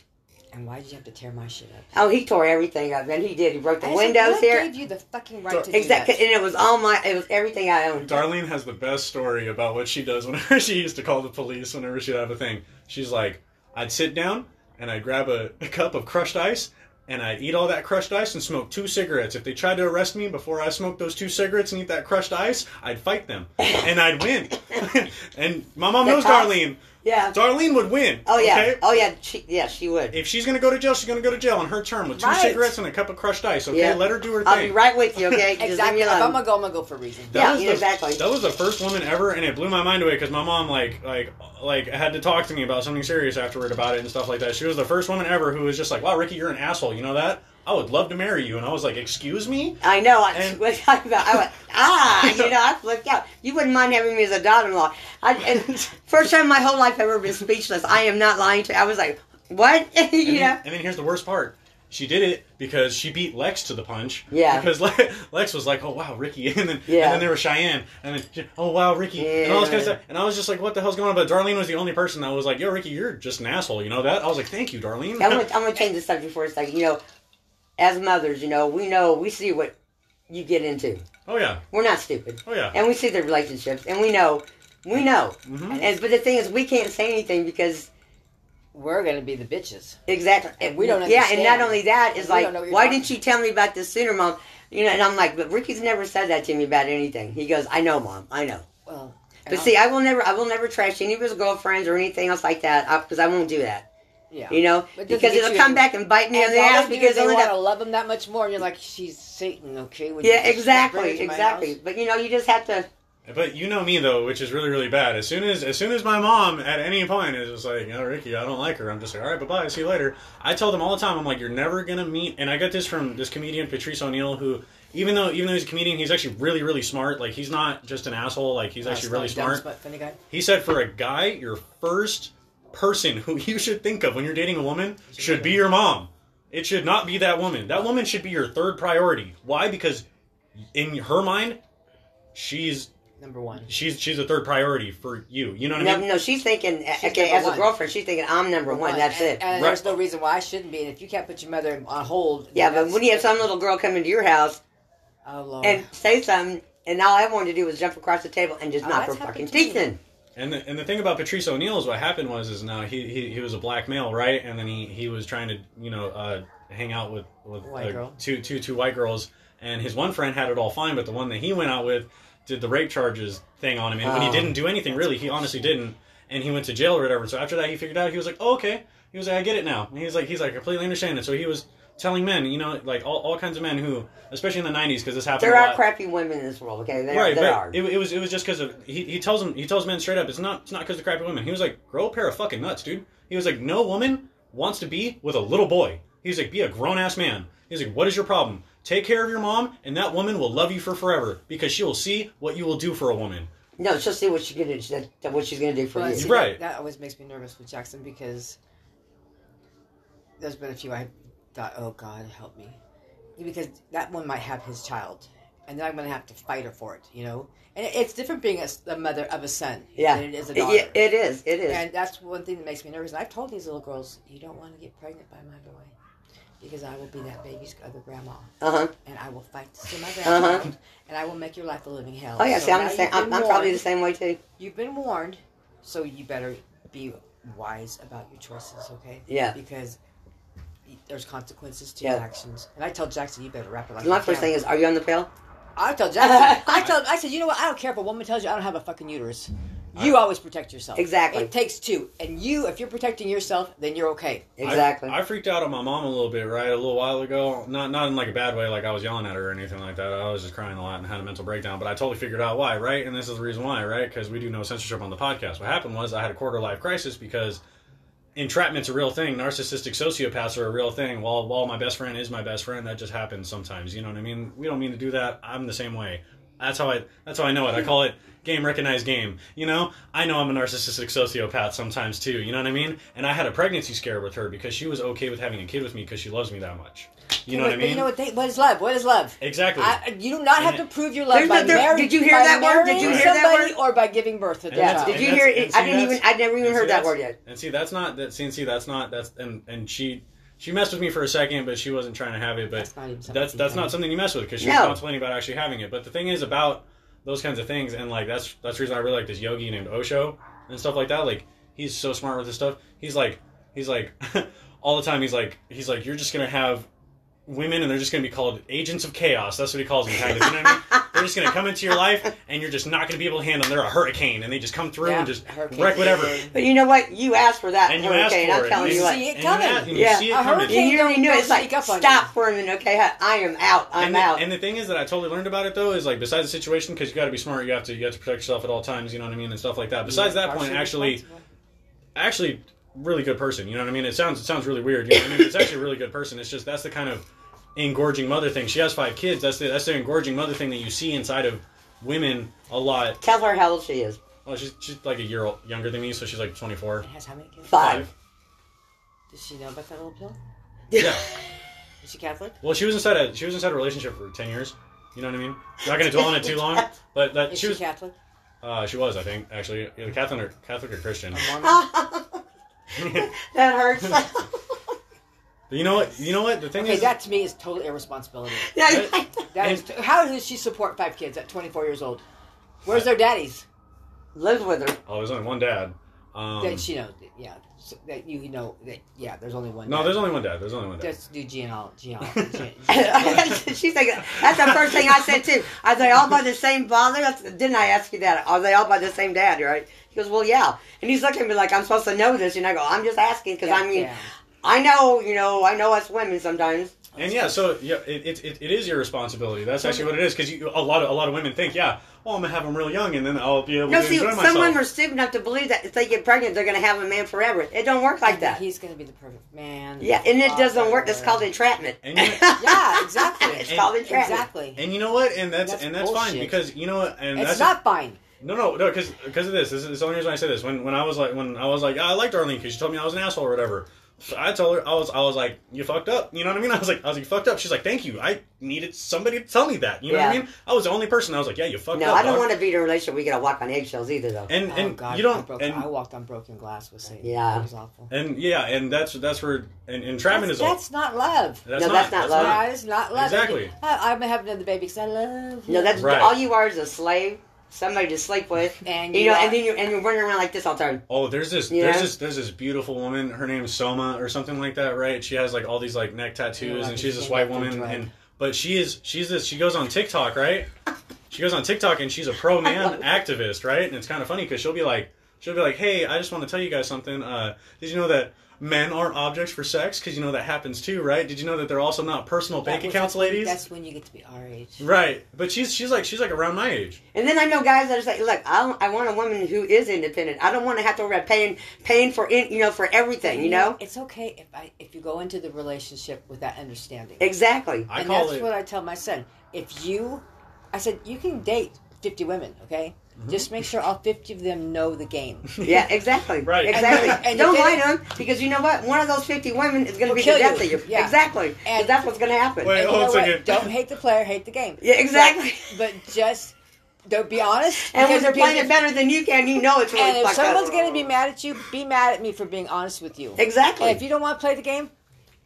Speaker 2: and why did you have to tear my shit up?
Speaker 3: Oh, he tore everything up, and he did. He broke the
Speaker 2: I said,
Speaker 3: windows
Speaker 2: what
Speaker 3: here.
Speaker 2: gave you the fucking right
Speaker 1: So-
Speaker 2: to do
Speaker 3: Exactly,
Speaker 2: that?
Speaker 3: and it was all my. It was everything I owned.
Speaker 1: Darlene has the best story about what she does whenever she used to call the police whenever she'd have a thing. She's like, I'd sit down and I'd grab a, a cup of crushed ice and I'd eat all that crushed ice and smoke two cigarettes. If they tried to arrest me before I smoked those two cigarettes and eat that crushed ice, I'd fight them and I'd win. and my mom
Speaker 3: The
Speaker 1: knows
Speaker 3: cops-
Speaker 1: Darlene.
Speaker 3: Yeah.
Speaker 1: Darlene would win.
Speaker 3: Oh yeah.
Speaker 1: okay?
Speaker 3: Oh yeah. She, yeah, she would.
Speaker 1: If she's gonna go to jail, she's gonna go to jail on her term with two
Speaker 2: Right.
Speaker 1: cigarettes and a cup of crushed ice. Okay,
Speaker 3: Yeah. Um,
Speaker 1: let her do her
Speaker 3: I'll
Speaker 1: thing.
Speaker 3: be right with you. Okay. Just leave me
Speaker 2: Exactly. If I'm
Speaker 3: alone.
Speaker 2: gonna go, I'm gonna go for a reason.
Speaker 1: That
Speaker 3: Yeah,
Speaker 1: was
Speaker 3: yeah,
Speaker 1: the,
Speaker 3: exactly.
Speaker 1: That was the first woman ever, and it blew my mind away because my mom like like like had to talk to me about something serious afterward about it and stuff like that. She was the first woman ever who was just like, "Wow, Ricky, you're an asshole. You know that? I would love to marry you." And I was like, "Excuse me."
Speaker 3: I know. I,
Speaker 1: And-
Speaker 3: what I'm talking about, I went, ah, you know, I flipped out. You wouldn't mind having me as a daughter-in-law. I, and first time in my whole life I've ever been speechless. I am not lying to you. I was like, what?
Speaker 1: And then-
Speaker 3: you know?
Speaker 1: and then here's the worst part. She did it because she beat Lex to the punch.
Speaker 3: Yeah.
Speaker 1: Because Le- Lex was like, "Oh wow, Ricky," and then
Speaker 3: Yeah.
Speaker 1: and then there was Cheyenne, and then she- oh wow, Ricky, and all this kind of
Speaker 3: Yeah.
Speaker 1: stuff. And I was just like, "What the hell's going on?" But Darlene was the only person that was like, "Yo, Ricky, you're just an asshole." You know that? I was like, "Thank you, Darlene."
Speaker 3: I'm going to I'm gonna change the subject for a second. You know, as mothers, you know, we know, we see what you get into.
Speaker 1: oh yeah,
Speaker 3: We're not stupid.
Speaker 1: oh yeah.
Speaker 3: And we see the relationships, and we know, we know.
Speaker 1: Mhm.
Speaker 3: And, but the thing is, we can't say anything because
Speaker 2: We're gonna be the bitches.
Speaker 3: Exactly.
Speaker 2: And we don't
Speaker 3: Yeah, and not
Speaker 2: understand.
Speaker 3: only that is
Speaker 2: We don't
Speaker 3: like,
Speaker 2: know what you're
Speaker 3: why
Speaker 2: talking
Speaker 3: didn't you tell me about this sooner, Mom? You know, and I'm like, but Ricky's never said that to me about anything. He goes, I know, mom, I know.
Speaker 2: Well, and
Speaker 3: But
Speaker 2: I'll-
Speaker 3: see, I will never, I will never trash any of his girlfriends or anything else like that because I won't do that.
Speaker 2: yeah.
Speaker 3: You know,
Speaker 2: But doesn't
Speaker 3: because
Speaker 2: get
Speaker 3: it'll
Speaker 2: you-
Speaker 3: come back and bite me on
Speaker 2: And
Speaker 3: the
Speaker 2: all
Speaker 3: ass
Speaker 2: they do
Speaker 3: because
Speaker 2: is they
Speaker 3: I'll end
Speaker 2: want to
Speaker 3: up.
Speaker 2: love him that much more, and you're like, she's Satan, okay? Would you
Speaker 3: Yeah,
Speaker 2: just bring her
Speaker 3: exactly,
Speaker 2: to my
Speaker 3: exactly.
Speaker 2: house?
Speaker 3: But you know, you just have to.
Speaker 1: But you know me though, which is really really bad. As soon as as soon as my mom at any point is just like, "Oh, Ricky, I don't like her," I'm just like, "All right, bye bye, see you later." I tell them all the time, I'm like, "You're never gonna meet." And I got this from this comedian Patrice O'Neill, who even though even though he's a comedian, he's actually really really smart. Like he's not just an asshole. Like he's actually
Speaker 2: That's
Speaker 1: really
Speaker 2: like dumb,
Speaker 1: smart.
Speaker 2: smart, funny guy.
Speaker 1: He said for a guy, your first person who you should think of when you're dating a woman should be your mom. It should not be that woman. That woman should be your third priority. Why? Because in her mind, she's
Speaker 2: Number one.
Speaker 1: she's she's a third priority for you. You know what I
Speaker 3: No,
Speaker 1: mean?
Speaker 3: no, she's thinking.
Speaker 2: She's
Speaker 3: okay,
Speaker 2: number
Speaker 3: as a
Speaker 2: one.
Speaker 3: girlfriend, she's thinking I'm number one. That's
Speaker 2: and,
Speaker 3: it.
Speaker 2: And
Speaker 1: Right.
Speaker 2: there's no reason why I shouldn't be. And if you can't put your mother on hold,
Speaker 3: yeah,
Speaker 2: then
Speaker 3: but when you have
Speaker 2: that's-
Speaker 3: some little girl come into your house
Speaker 2: oh Lord,
Speaker 3: and say something, and all I wanted to do was jump across the table and just
Speaker 2: Oh,
Speaker 3: knock her
Speaker 2: that's
Speaker 3: fucking
Speaker 2: happened to
Speaker 3: teeth
Speaker 2: me.
Speaker 3: in.
Speaker 1: And the, and the thing about Patrice O'Neill is what happened was is now he, he he was a black male, right? And then he he was trying to you know uh, hang out with with
Speaker 2: White
Speaker 1: uh,
Speaker 2: girl.
Speaker 1: two two two white girls, and his one friend had it all fine, but the one that he went out with did the rape charges thing on him, and when he
Speaker 3: Oh.
Speaker 1: didn't do anything really, he honestly didn't, and he went to jail or whatever. So after that, he figured out he was like, oh, okay, he was like, I get it now. And he's like, he's like, I completely understand it. So he was telling men, you know, like all, all kinds of men who, especially in the '90s, because this happened.
Speaker 3: There
Speaker 1: a
Speaker 3: are
Speaker 1: lot.
Speaker 3: crappy women in this world. Okay, there,
Speaker 1: Oh, right,
Speaker 3: there
Speaker 1: but
Speaker 3: are.
Speaker 1: It, it was it was just because of he, he tells him he tells men straight up it's not it's not because of crappy women. He was like, grow a pair of fucking nuts, dude. He was like, no woman wants to be with a little boy. He was like, be a grown ass man. He was like, what is your problem? Take care of your mom, and that woman will love you for forever because she will see what you will do for a woman.
Speaker 3: no, she'll see what she's gonna that, that what she's gonna do for
Speaker 2: Well,
Speaker 3: you.
Speaker 2: see,
Speaker 1: Right.
Speaker 2: That, that always makes me nervous with Jackson because there's been a few I thought, oh God, help me, because that one might have his child, and then I'm gonna have to fight her for it, you know. And it, it's different being a, s- a mother of a son
Speaker 3: Yeah,
Speaker 2: than it is a
Speaker 3: It-
Speaker 2: daughter.
Speaker 3: yeah, it is. It is.
Speaker 2: And that's one thing that makes me nervous. And I've told these little girls, you don't want to get pregnant by my boy, because I will be that baby's other grandma,
Speaker 3: Uh huh.
Speaker 2: and I will fight to see my
Speaker 3: Uh-huh.
Speaker 2: grandchild, and I will make your life a living hell.
Speaker 3: Oh yeah,
Speaker 2: So
Speaker 3: see, I'm
Speaker 2: now
Speaker 3: the same.
Speaker 2: you've
Speaker 3: I'm,
Speaker 2: been
Speaker 3: I'm probably
Speaker 2: warned.
Speaker 3: the same way too.
Speaker 2: You've been warned, so you better be wise about your choices, okay?
Speaker 3: Yeah.
Speaker 2: Because there's consequences to
Speaker 3: Yeah.
Speaker 2: your actions. And I tell Jackson, you better wrap it like
Speaker 3: My
Speaker 2: you
Speaker 3: first
Speaker 2: can.
Speaker 3: thing is, are you on the pill?
Speaker 2: I tell Jackson, I tell, I said, you know what? I don't care if a woman tells you I don't have a fucking uterus. You always protect yourself.
Speaker 3: Exactly.
Speaker 2: It takes two, and you, if you're protecting yourself, then you're okay.
Speaker 1: I-
Speaker 3: Exactly.
Speaker 1: I, freaked out on my mom a little bit, right? A little while ago. Not not in like a bad way, like I was yelling at her or anything like that. I was just crying a lot and had a mental breakdown. But I totally figured out why, right? And this is the reason why, right? Because we do no censorship on the podcast. What happened was I had a quarter life crisis because entrapment's a real thing. Narcissistic sociopaths are a real thing. While while my best friend is my best friend, that just happens sometimes. You know what I mean? We don't mean to do that. I'm the same way. That's how I. That's how I know it. I call it game recognized game. You know, I know I'm a narcissistic sociopath sometimes too. You know what I mean? And I had a pregnancy scare with her because she was okay with having a kid with me because she loves me that much. You know
Speaker 2: But-
Speaker 1: what I
Speaker 2: but
Speaker 1: mean?
Speaker 2: You know what? They, what is love? What is love?
Speaker 1: exactly.
Speaker 2: I, you do not have
Speaker 1: And
Speaker 2: to
Speaker 1: it-
Speaker 2: prove your love
Speaker 3: There's
Speaker 2: by
Speaker 3: no- there-
Speaker 2: marrying.
Speaker 3: did you hear
Speaker 2: by
Speaker 3: that word? Did
Speaker 1: you
Speaker 2: marrying
Speaker 1: hear
Speaker 3: that
Speaker 2: somebody
Speaker 3: word?
Speaker 2: or by giving birth to a
Speaker 1: Yeah.
Speaker 3: yeah.
Speaker 2: child?
Speaker 3: Did you
Speaker 1: And
Speaker 3: hear?
Speaker 1: that's-
Speaker 3: It?
Speaker 1: and
Speaker 3: I
Speaker 1: see,
Speaker 3: didn't even.
Speaker 1: that's-
Speaker 3: I never even
Speaker 1: and see,
Speaker 3: heard that
Speaker 1: that's-
Speaker 3: word yet.
Speaker 1: And see, that's not that. See, see, that's not that's and and she she messed with me for a second, but she wasn't trying to have it. But
Speaker 2: That's not even something
Speaker 1: that's
Speaker 2: you
Speaker 1: that's
Speaker 2: can-
Speaker 1: not something you mess with because she was
Speaker 3: No.
Speaker 1: complaining about actually having it. But the thing is about those kinds of things, and like that's that's the reason I really like this yogi named Osho and stuff like that. Like he's so smart with this stuff. He's like he's like all the time. He's like he's like you're just gonna have women and they're just going to be called agents of chaos. That's what he calls them, kind of. You know what I mean? They're just going to come into your life and you're just not going to be able to handle them. They're a hurricane and they just come through
Speaker 2: Yeah,
Speaker 1: and just
Speaker 2: hurricanes.
Speaker 1: wreck whatever.
Speaker 3: But you know what? You asked for that.
Speaker 1: And you
Speaker 3: word,
Speaker 1: asked
Speaker 3: okay,
Speaker 1: for
Speaker 3: and
Speaker 1: it.
Speaker 3: I'm telling
Speaker 1: and
Speaker 3: you
Speaker 2: see
Speaker 3: what.
Speaker 2: it
Speaker 1: and you asked-
Speaker 2: coming.
Speaker 1: and
Speaker 3: Yeah,
Speaker 1: you see it
Speaker 2: a
Speaker 1: coming.
Speaker 2: hurricane
Speaker 3: And you already
Speaker 2: Don't-
Speaker 3: knew it.
Speaker 2: don't
Speaker 3: It's like
Speaker 2: sneak up on
Speaker 3: stop
Speaker 2: you.
Speaker 3: for a minute, okay? I- I am out. I'm
Speaker 1: and the,
Speaker 3: out.
Speaker 1: and the thing is that I totally learned about it though is like besides the situation because you got to be smart, you have to you have to protect yourself at all times, you know what I mean, and stuff like that. Besides that point, actually,
Speaker 2: Partially responsible.
Speaker 1: actually really good person. You know what I mean? It sounds it sounds really weird. You know what I mean? It's actually a really good person. It's just that's the kind of engorging mother thing. She has five kids. That's the that's the engorging mother thing that you see inside of women a lot.
Speaker 3: Tell her how old she is.
Speaker 1: Well, she's she's like a year old, younger than me, so she's like 24.
Speaker 2: Has how many kids?
Speaker 3: Five.
Speaker 2: Does she know about that little pill?
Speaker 1: yeah.
Speaker 2: Is she Catholic?
Speaker 1: Well, she was inside a she was inside a relationship for 10 years. You know what I mean? Not gonna dwell on it too long, but that
Speaker 2: Is
Speaker 1: she
Speaker 2: she,
Speaker 1: was
Speaker 2: Catholic?
Speaker 1: uh, she was I think actually either Catholic or Catholic or Christian.
Speaker 2: Mormon?
Speaker 3: Ah. That hurts.
Speaker 1: But you know what? You know what? The thing
Speaker 2: okay,
Speaker 1: is,
Speaker 2: that to me is total irresponsibility.
Speaker 3: Yeah,
Speaker 2: That is, how does she support five kids at 24 years old? Where's their daddies?
Speaker 3: Lives with her.
Speaker 1: oh, there's only one dad. Um,
Speaker 2: that you know, yeah, so that you know that yeah. There's only one.
Speaker 1: no,
Speaker 2: dad.
Speaker 1: there's only one dad. There's only one dad.
Speaker 2: Let's do genealogy. genealogy.
Speaker 3: She's like, that's the first thing I said too. Are they all by the same father? That's, didn't I ask you that? Are they all by the same dad? Right? He goes, well, yeah. And he's looking at me like I'm supposed to know this, and I go, I'm just asking because I mean,
Speaker 2: Yeah.
Speaker 3: I know, you know, I know us women sometimes.
Speaker 1: And yeah, so yeah, it, it, it, it is your responsibility. That's actually what it is because a lot of a lot of women think, yeah, well, I'm gonna have them real young, and then I'll be able
Speaker 3: No,
Speaker 1: to
Speaker 3: see,
Speaker 1: enjoy
Speaker 3: some
Speaker 1: myself.
Speaker 3: women are stupid enough to believe that if they get pregnant, they're going to have a man forever. It don't work like that.
Speaker 2: He's gonna be the perfect man.
Speaker 3: Yeah, and it doesn't work. That's
Speaker 2: Father.
Speaker 3: called entrapment.
Speaker 1: And you-
Speaker 2: Yeah, exactly.
Speaker 3: It's
Speaker 1: And-
Speaker 3: called entrapment.
Speaker 2: exactly.
Speaker 1: and you know what? And that's,
Speaker 2: That's
Speaker 1: and that's fine
Speaker 2: bullshit.
Speaker 1: because you know what? And
Speaker 2: it's
Speaker 1: that's
Speaker 2: not fine.
Speaker 1: No, no, no, because of this. This is it's the only reason I say this. When when I was like when I was like I liked Arlene because she told me I was an asshole or whatever. So I told her I was I was like you fucked up. You know what I mean? I was like I was like you fucked up. She's like thank you. I needed somebody to tell me that. You know what I
Speaker 3: Yeah.
Speaker 1: mean? I was the only person. I was like yeah you fucked
Speaker 3: No,
Speaker 1: up.
Speaker 3: I don't
Speaker 1: dog."
Speaker 3: want to be in a relationship. We got to walk on eggshells either, though.
Speaker 1: And and
Speaker 2: oh God,
Speaker 1: you
Speaker 2: I,
Speaker 1: don't
Speaker 2: broke,
Speaker 1: and,
Speaker 2: I walked on broken glass with Satan.
Speaker 3: Yeah.
Speaker 2: it was awful.
Speaker 1: and yeah and that's that's where and entrapment
Speaker 2: That's,
Speaker 1: is all.
Speaker 2: that's not love.
Speaker 1: That's
Speaker 3: No, that's not love.
Speaker 2: Yeah, it's not love.
Speaker 1: Exactly.
Speaker 2: I, I'm having another baby because I love.
Speaker 3: no,
Speaker 2: you.
Speaker 3: that's
Speaker 1: Right.
Speaker 3: all you are is a slave, somebody to sleep with,
Speaker 2: And
Speaker 3: you
Speaker 2: you
Speaker 3: know,
Speaker 2: are-
Speaker 3: and then you're and you're running around like this all the time.
Speaker 1: Oh, there's this,
Speaker 3: You
Speaker 1: there's
Speaker 3: know?
Speaker 1: this, there's this beautiful woman. Her name's Soma or something like that, right? She has like all these like neck tattoos,
Speaker 2: Yeah, like
Speaker 1: and she's
Speaker 2: a
Speaker 1: this white
Speaker 2: standard
Speaker 1: woman,
Speaker 2: drug.
Speaker 1: and but she is, she's this. She goes on TikTok, right? She goes on TikTok and she's a pro man activist, right? And it's kind of funny because she'll be like, she'll be like, hey, I just want to tell you guys something. Uh, did you know that? Men aren't objects for sex because you know that happens too, right? Did you know that they're also not personal
Speaker 2: That
Speaker 1: bank
Speaker 2: was-
Speaker 1: accounts, ladies?
Speaker 2: That's when you get to be our age.
Speaker 1: Right, but she's she's like she's like around my age.
Speaker 3: And then I know guys that are like, look, I, don't- I want a woman who is independent. I don't want to have to worry about paying paying for in, you know for everything. You know
Speaker 2: it's okay if I if you go into the relationship with that understanding.
Speaker 3: exactly.
Speaker 1: I
Speaker 2: and
Speaker 1: call
Speaker 2: that's
Speaker 1: it.
Speaker 2: what I tell my son. If you, I said you can date fifty women, okay?
Speaker 3: Mm-hmm.
Speaker 2: Just make sure all fifty of them know the game.
Speaker 3: Yeah, exactly.
Speaker 1: Right.
Speaker 3: Exactly.
Speaker 2: And- and
Speaker 3: don't
Speaker 2: if
Speaker 3: lie
Speaker 2: they-
Speaker 3: to them because you know what? One of those fifty women is going to
Speaker 2: Will
Speaker 3: be the
Speaker 2: kill
Speaker 3: death
Speaker 2: you.
Speaker 3: of you.
Speaker 2: Yeah.
Speaker 3: Exactly.
Speaker 2: And-
Speaker 3: And that's what's going to happen.
Speaker 1: Wait,
Speaker 2: And you
Speaker 1: hold
Speaker 2: know
Speaker 1: on a
Speaker 2: what?
Speaker 1: second.
Speaker 2: Don't hate the player, hate the game.
Speaker 3: Yeah, exactly.
Speaker 2: But, but just don't be honest.
Speaker 3: And when
Speaker 2: because
Speaker 3: they're
Speaker 2: people-
Speaker 3: playing it better than you can, you know it's really
Speaker 2: And if
Speaker 3: fucked up.
Speaker 2: someone's gonna be mad at you, be mad at me for being honest with you.
Speaker 3: Exactly.
Speaker 2: And if you don't want to play the game,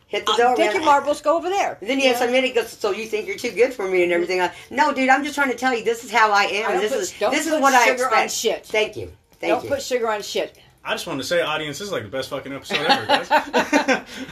Speaker 3: Hit the
Speaker 2: uh,
Speaker 3: door.
Speaker 2: take
Speaker 3: man.
Speaker 2: your marbles, go over there.
Speaker 3: Then you have some idiot goes, so you think you're too good for me and everything. Like, no, dude, I'm just trying to tell you this is how I am.
Speaker 2: I don't
Speaker 3: this
Speaker 2: put-
Speaker 3: is
Speaker 2: don't
Speaker 3: this is
Speaker 2: put
Speaker 3: what I
Speaker 2: sugar
Speaker 3: expect.
Speaker 2: on shit.
Speaker 3: Thank you. Thank
Speaker 2: Don't
Speaker 3: you.
Speaker 2: put sugar on shit.
Speaker 1: I just wanted to say, audience, this is like the best fucking episode ever, guys.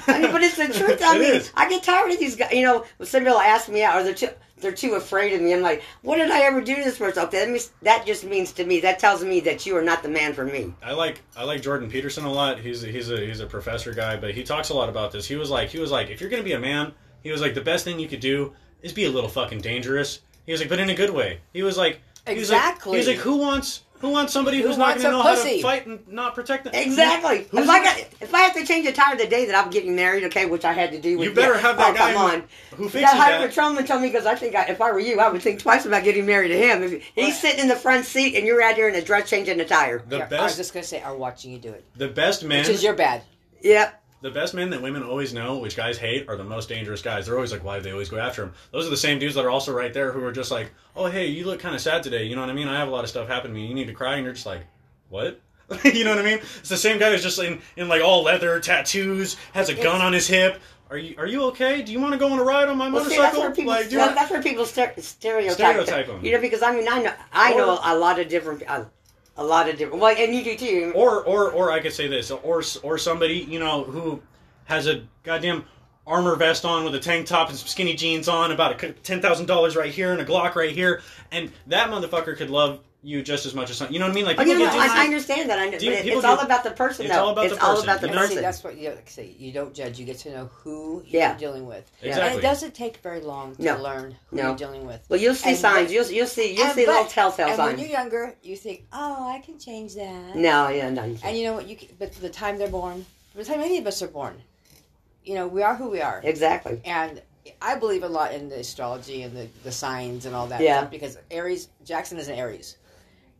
Speaker 3: I mean, but it's the truth. I
Speaker 1: It
Speaker 3: mean,
Speaker 1: is.
Speaker 3: I get tired of these guys. You know, somebody will ask me out, or they're too they're too afraid of me. I'm like, what did I ever do to this person? Okay, that means that just means to me that tells me that you are not the man for me.
Speaker 1: I like I like Jordan Peterson a lot. He's a, he's a he's a professor guy, but he talks a lot about this. He was like he was like if you're gonna be a man, he was like the best thing you could do is be a little fucking dangerous. He was like, but in a good way. He was like he was like-
Speaker 2: Exactly.
Speaker 1: He was like, who wants who wants somebody
Speaker 2: Who
Speaker 1: who's not
Speaker 2: wants
Speaker 1: gonna
Speaker 2: a
Speaker 1: know how
Speaker 2: pussy?
Speaker 1: to fight and not protect them?
Speaker 3: Exactly.
Speaker 1: Who's
Speaker 3: if I got, if I have to change the tire the day that I'm getting married, okay, which I had to do. With,
Speaker 1: You better
Speaker 3: yeah.
Speaker 1: have that
Speaker 3: oh,
Speaker 1: guy
Speaker 3: Come
Speaker 1: who-
Speaker 3: on.
Speaker 1: who fixes
Speaker 3: that highway
Speaker 1: that.
Speaker 3: patrolman told me because I think I, if I were you, I would think twice about getting married to him. If he's
Speaker 2: Right.
Speaker 3: sitting in the front seat and you're out here in a dress changing the tire.
Speaker 1: The
Speaker 2: Yeah, I was
Speaker 1: best
Speaker 2: just gonna say, are watching you do it,
Speaker 1: the best men
Speaker 2: which is your bad.
Speaker 3: Yep.
Speaker 1: the best men that women always know, which guys hate, are the most dangerous guys. They're always like, why do they always go after him? Those are the same dudes that are also right there who are just like, oh, hey, you look kind of sad today. You know what I mean? I have a lot of stuff happen to me. You need to cry. And you're just like, what? you know what I mean? It's the same guy who's just in, in like all leather, tattoos, has a gun on his hip. Are you are you okay? Do you want to go on a ride on my
Speaker 3: Well, see, that's
Speaker 1: motorcycle?
Speaker 3: where people,
Speaker 1: like, do you
Speaker 3: that-
Speaker 1: want-
Speaker 3: that's where people ster- stereotype.
Speaker 1: Stereotype 'em.
Speaker 3: You know, because I mean, I know, I know
Speaker 1: Or-
Speaker 3: a lot of different, a, a lot of different. Well, and you do too.
Speaker 1: or or or I could say this, or or somebody you know who has a goddamn armor vest on with a tank top and some skinny jeans on, about a ten thousand dollars right here and a Glock right here, and that motherfucker could love you just as much as some, you know what I mean? Like
Speaker 3: Oh, you
Speaker 1: people
Speaker 3: know,
Speaker 1: get these-
Speaker 3: I, I understand that. I know,
Speaker 1: Do you-
Speaker 3: but it-
Speaker 1: people
Speaker 3: it's all
Speaker 1: do-
Speaker 3: about the person,
Speaker 1: it's
Speaker 3: though.
Speaker 1: all about
Speaker 3: it's
Speaker 1: the
Speaker 3: all
Speaker 1: person,
Speaker 3: about the
Speaker 1: you know?
Speaker 2: See,
Speaker 3: person.
Speaker 2: that's what you like, say. You don't judge. You get to know who
Speaker 3: Yeah.
Speaker 2: you're dealing with. And
Speaker 1: Exactly.
Speaker 2: it doesn't take very long to
Speaker 3: No.
Speaker 2: learn who
Speaker 3: No.
Speaker 2: you're dealing with.
Speaker 3: Well, you'll see
Speaker 2: And
Speaker 3: signs.
Speaker 2: what-
Speaker 3: you'll you'll see you'll
Speaker 2: and
Speaker 3: see little
Speaker 2: but-
Speaker 3: telltale
Speaker 2: And when
Speaker 3: signs.
Speaker 2: you're younger, you think, "Oh, I can change that."
Speaker 3: No, yeah, no. you can't.
Speaker 2: And you know what? You can, but the time they're born, the time any of us are born, you know, we are who we are.
Speaker 3: Exactly.
Speaker 2: And I believe a lot in the astrology and the, the signs and all that.
Speaker 3: Yeah.
Speaker 2: stuff because Aries Jackson is an Aries.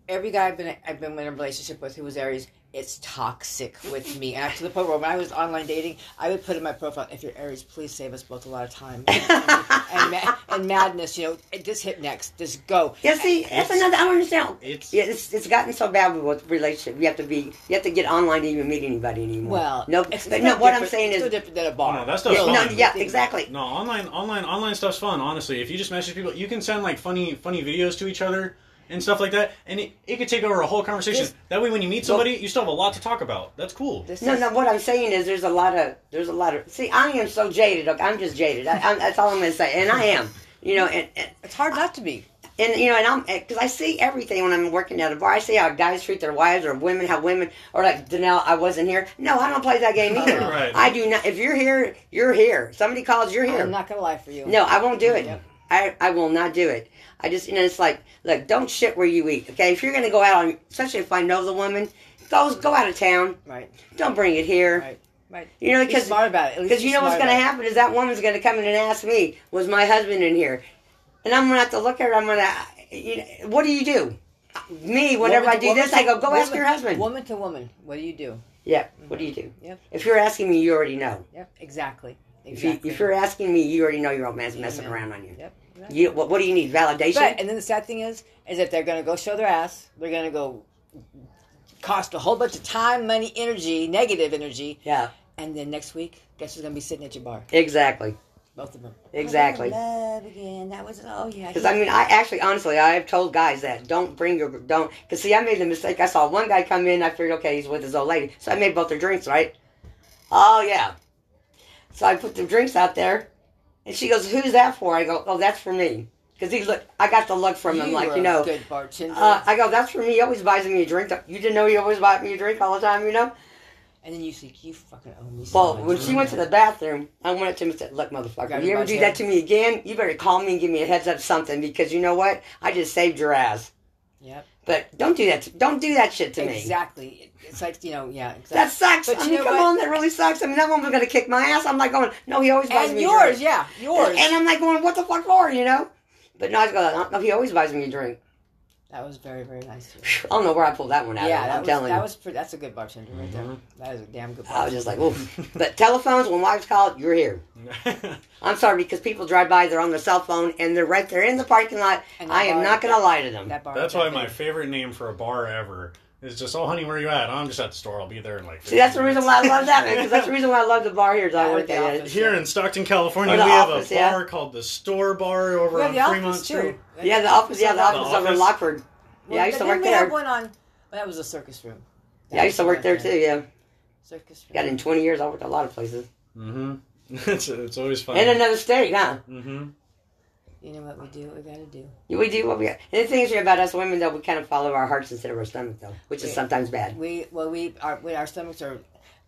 Speaker 2: Every guy I've been I've been in a relationship with who was Aries, it's toxic with me. And to the point where when I was online dating, I would put in my profile, "If you're Aries, please save us both a lot of time and, ma- and madness." You know, just hit next, just go.
Speaker 3: Yeah, see, that's another. I don't understand.
Speaker 1: It's-
Speaker 3: yeah, it's, it's gotten so bad with what relationship. You have to be, you have to get online to even meet anybody anymore.
Speaker 2: Well,
Speaker 3: no,
Speaker 2: it's- it's
Speaker 3: but
Speaker 2: no
Speaker 3: no. What I'm
Speaker 2: different-
Speaker 3: saying
Speaker 2: it's no
Speaker 3: is,
Speaker 2: different than a bar.
Speaker 1: Oh, no, that stuff's
Speaker 3: no,
Speaker 1: fine.
Speaker 3: yeah, exactly.
Speaker 1: No, online, online, online stuff's fun. Honestly, if you just message people, you can send like funny, funny videos to each other, and stuff like that. And it, it could take over a whole conversation.
Speaker 2: This-
Speaker 1: that way, when you meet somebody, you still have a lot to talk about. That's cool.
Speaker 2: This
Speaker 3: No,
Speaker 2: is,
Speaker 3: no. What I'm saying is, there's a lot of, there's a lot of. See, I am so jaded. Look, I'm just jaded. I, I'm, that's all I'm gonna say, and I am. You know, and, and
Speaker 2: It's hard not to be.
Speaker 3: and you know, and I'm because I see everything when I'm working at a bar. I see how guys treat their wives, or women, how women, or like Danelle, I wasn't here. No, I don't play that game either.
Speaker 1: Right.
Speaker 3: I do not. If you're here, you're here. Somebody calls, you're here.
Speaker 2: I'm not gonna lie for you.
Speaker 3: No, I won't do it.
Speaker 2: Yep.
Speaker 3: I, I will not do it. I just, you know, it's like, look, don't shit where you eat, okay? If you're going to go out on, especially if I know the woman, go, go out of town.
Speaker 2: Right.
Speaker 3: Don't bring it here.
Speaker 2: Right. Right.
Speaker 3: You know,
Speaker 2: Be
Speaker 3: because
Speaker 2: smart about it. At least
Speaker 3: because
Speaker 2: be
Speaker 3: you know what's
Speaker 2: smart
Speaker 3: going to
Speaker 2: about it.
Speaker 3: happen is that woman's going to come in and ask me, was my husband in here? And I'm going to have to look at her. I'm going to, you know, what do you do? Me, whenever
Speaker 2: Woman
Speaker 3: I
Speaker 2: to-
Speaker 3: do
Speaker 2: woman
Speaker 3: this,
Speaker 2: to-
Speaker 3: I go, go ask
Speaker 2: woman-
Speaker 3: your husband.
Speaker 2: Woman to woman, what do you do?
Speaker 3: Yeah, what do you do?
Speaker 2: Yep.
Speaker 3: If you're asking me, you already know.
Speaker 2: Yep. Exactly.
Speaker 3: If, you,
Speaker 2: Exactly.
Speaker 3: if you're asking me, you already know your old man's messing
Speaker 2: Amen.
Speaker 3: around on you.
Speaker 2: Yep. exactly.
Speaker 3: you what, what do you need? Validation?
Speaker 2: But and then the sad thing is, is if they're gonna go show their ass, they're gonna go cost a whole bunch of time, money, energy, negative energy,
Speaker 3: yeah.
Speaker 2: and then next week, guess who's gonna be sitting at your bar?
Speaker 3: Exactly.
Speaker 2: Both of them.
Speaker 3: Exactly.
Speaker 2: Love again. That was oh yeah.
Speaker 3: Because I mean, I actually, honestly, I have told guys that don't bring your don't. Because see, I made the mistake. I saw one guy come in. I figured, okay, he's with his old lady. So I made both their drinks, right? Oh yeah. So I put the drinks out there, and she goes, "Who's that for?" I go, "Oh, that's for me." Because he look, I got the look from him, like
Speaker 2: were
Speaker 3: you
Speaker 2: a
Speaker 3: know.
Speaker 2: good bartender,
Speaker 3: Uh, I go, "That's for me." He always buys me a drink. You didn't know he always bought me a drink all the time, you know.
Speaker 2: and then you think you fucking owe me. so
Speaker 3: Well,
Speaker 2: much
Speaker 3: when she
Speaker 2: money."
Speaker 3: went to the bathroom, I went up to him and said, Look,
Speaker 2: Grab
Speaker 3: motherfucker,
Speaker 2: him
Speaker 3: you
Speaker 2: by
Speaker 3: ever
Speaker 2: his
Speaker 3: do
Speaker 2: head.
Speaker 3: that to me again, you better call me and give me a heads up something because you know what? I just saved your ass.
Speaker 2: Yep.
Speaker 3: But don't do that. To, don't do that shit to me.
Speaker 2: Exactly. It's like you know, yeah. Exactly.
Speaker 3: That sucks.
Speaker 2: But
Speaker 3: I
Speaker 2: you
Speaker 3: mean,
Speaker 2: know
Speaker 3: come
Speaker 2: what?
Speaker 3: on, that really sucks. I mean, that woman's gonna kick my ass. I'm like going, no, he always buys
Speaker 2: and
Speaker 3: me a
Speaker 2: yours,
Speaker 3: drink.
Speaker 2: yeah, yours.
Speaker 3: And I'm like going, what the fuck for, you know? But no, I was going, no, he always buys me a drink.
Speaker 2: that was very, very nice. Of you.
Speaker 3: I don't know where I pulled that one out.
Speaker 2: Yeah,
Speaker 3: of.
Speaker 2: that
Speaker 3: I'm
Speaker 2: was,
Speaker 3: telling
Speaker 2: that
Speaker 3: you. Mm-hmm.
Speaker 2: was pretty, that's a good bartender right there. That is a damn good.
Speaker 3: I was
Speaker 2: Bartender.
Speaker 3: just like, oof. but telephones, when wives call, you're here. I'm sorry because people drive by, they're on their cell phone, and they're right there in the parking lot.
Speaker 2: And
Speaker 3: I
Speaker 2: the
Speaker 3: am
Speaker 2: bar-
Speaker 3: not going to lie to them.
Speaker 2: That bar.
Speaker 1: That's
Speaker 2: that
Speaker 1: why
Speaker 2: thing.
Speaker 1: my favorite name for a bar ever is just, oh, honey, where you at? I'm just at the store. I'll be there in like.
Speaker 3: See, that's the reason why I love that because that's the reason why I love the bar here. Is I
Speaker 2: Yeah,
Speaker 3: work
Speaker 2: the
Speaker 3: at
Speaker 2: office.
Speaker 3: it.
Speaker 1: Here in Stockton, California,
Speaker 3: Or
Speaker 1: we
Speaker 3: the
Speaker 1: have
Speaker 3: office,
Speaker 1: a
Speaker 3: yeah.
Speaker 1: bar called the Store Bar over
Speaker 2: We have
Speaker 1: on
Speaker 2: the
Speaker 1: Fremont
Speaker 2: office too.
Speaker 1: Street.
Speaker 3: Yeah, the office. Yeah, the
Speaker 2: The
Speaker 3: office over in
Speaker 1: office.
Speaker 3: Lockford. Yeah, I used to
Speaker 2: Then
Speaker 3: work
Speaker 2: we
Speaker 3: there.
Speaker 2: Had one on. well, that was a circus room.
Speaker 3: Yeah, I used to work there too. Yeah,
Speaker 2: Circus room.
Speaker 3: got in 20 years. I worked a lot of places.
Speaker 1: Mm-hmm. it's, it's always fun.
Speaker 3: In another state, huh?
Speaker 1: mm-hmm.
Speaker 2: You know what we do? What we gotta do.
Speaker 3: We do what we. And the thing is about us women, though, we kind of follow our hearts instead of our stomach, though, which is
Speaker 2: Yeah.
Speaker 3: sometimes bad.
Speaker 2: We well we our when our stomachs are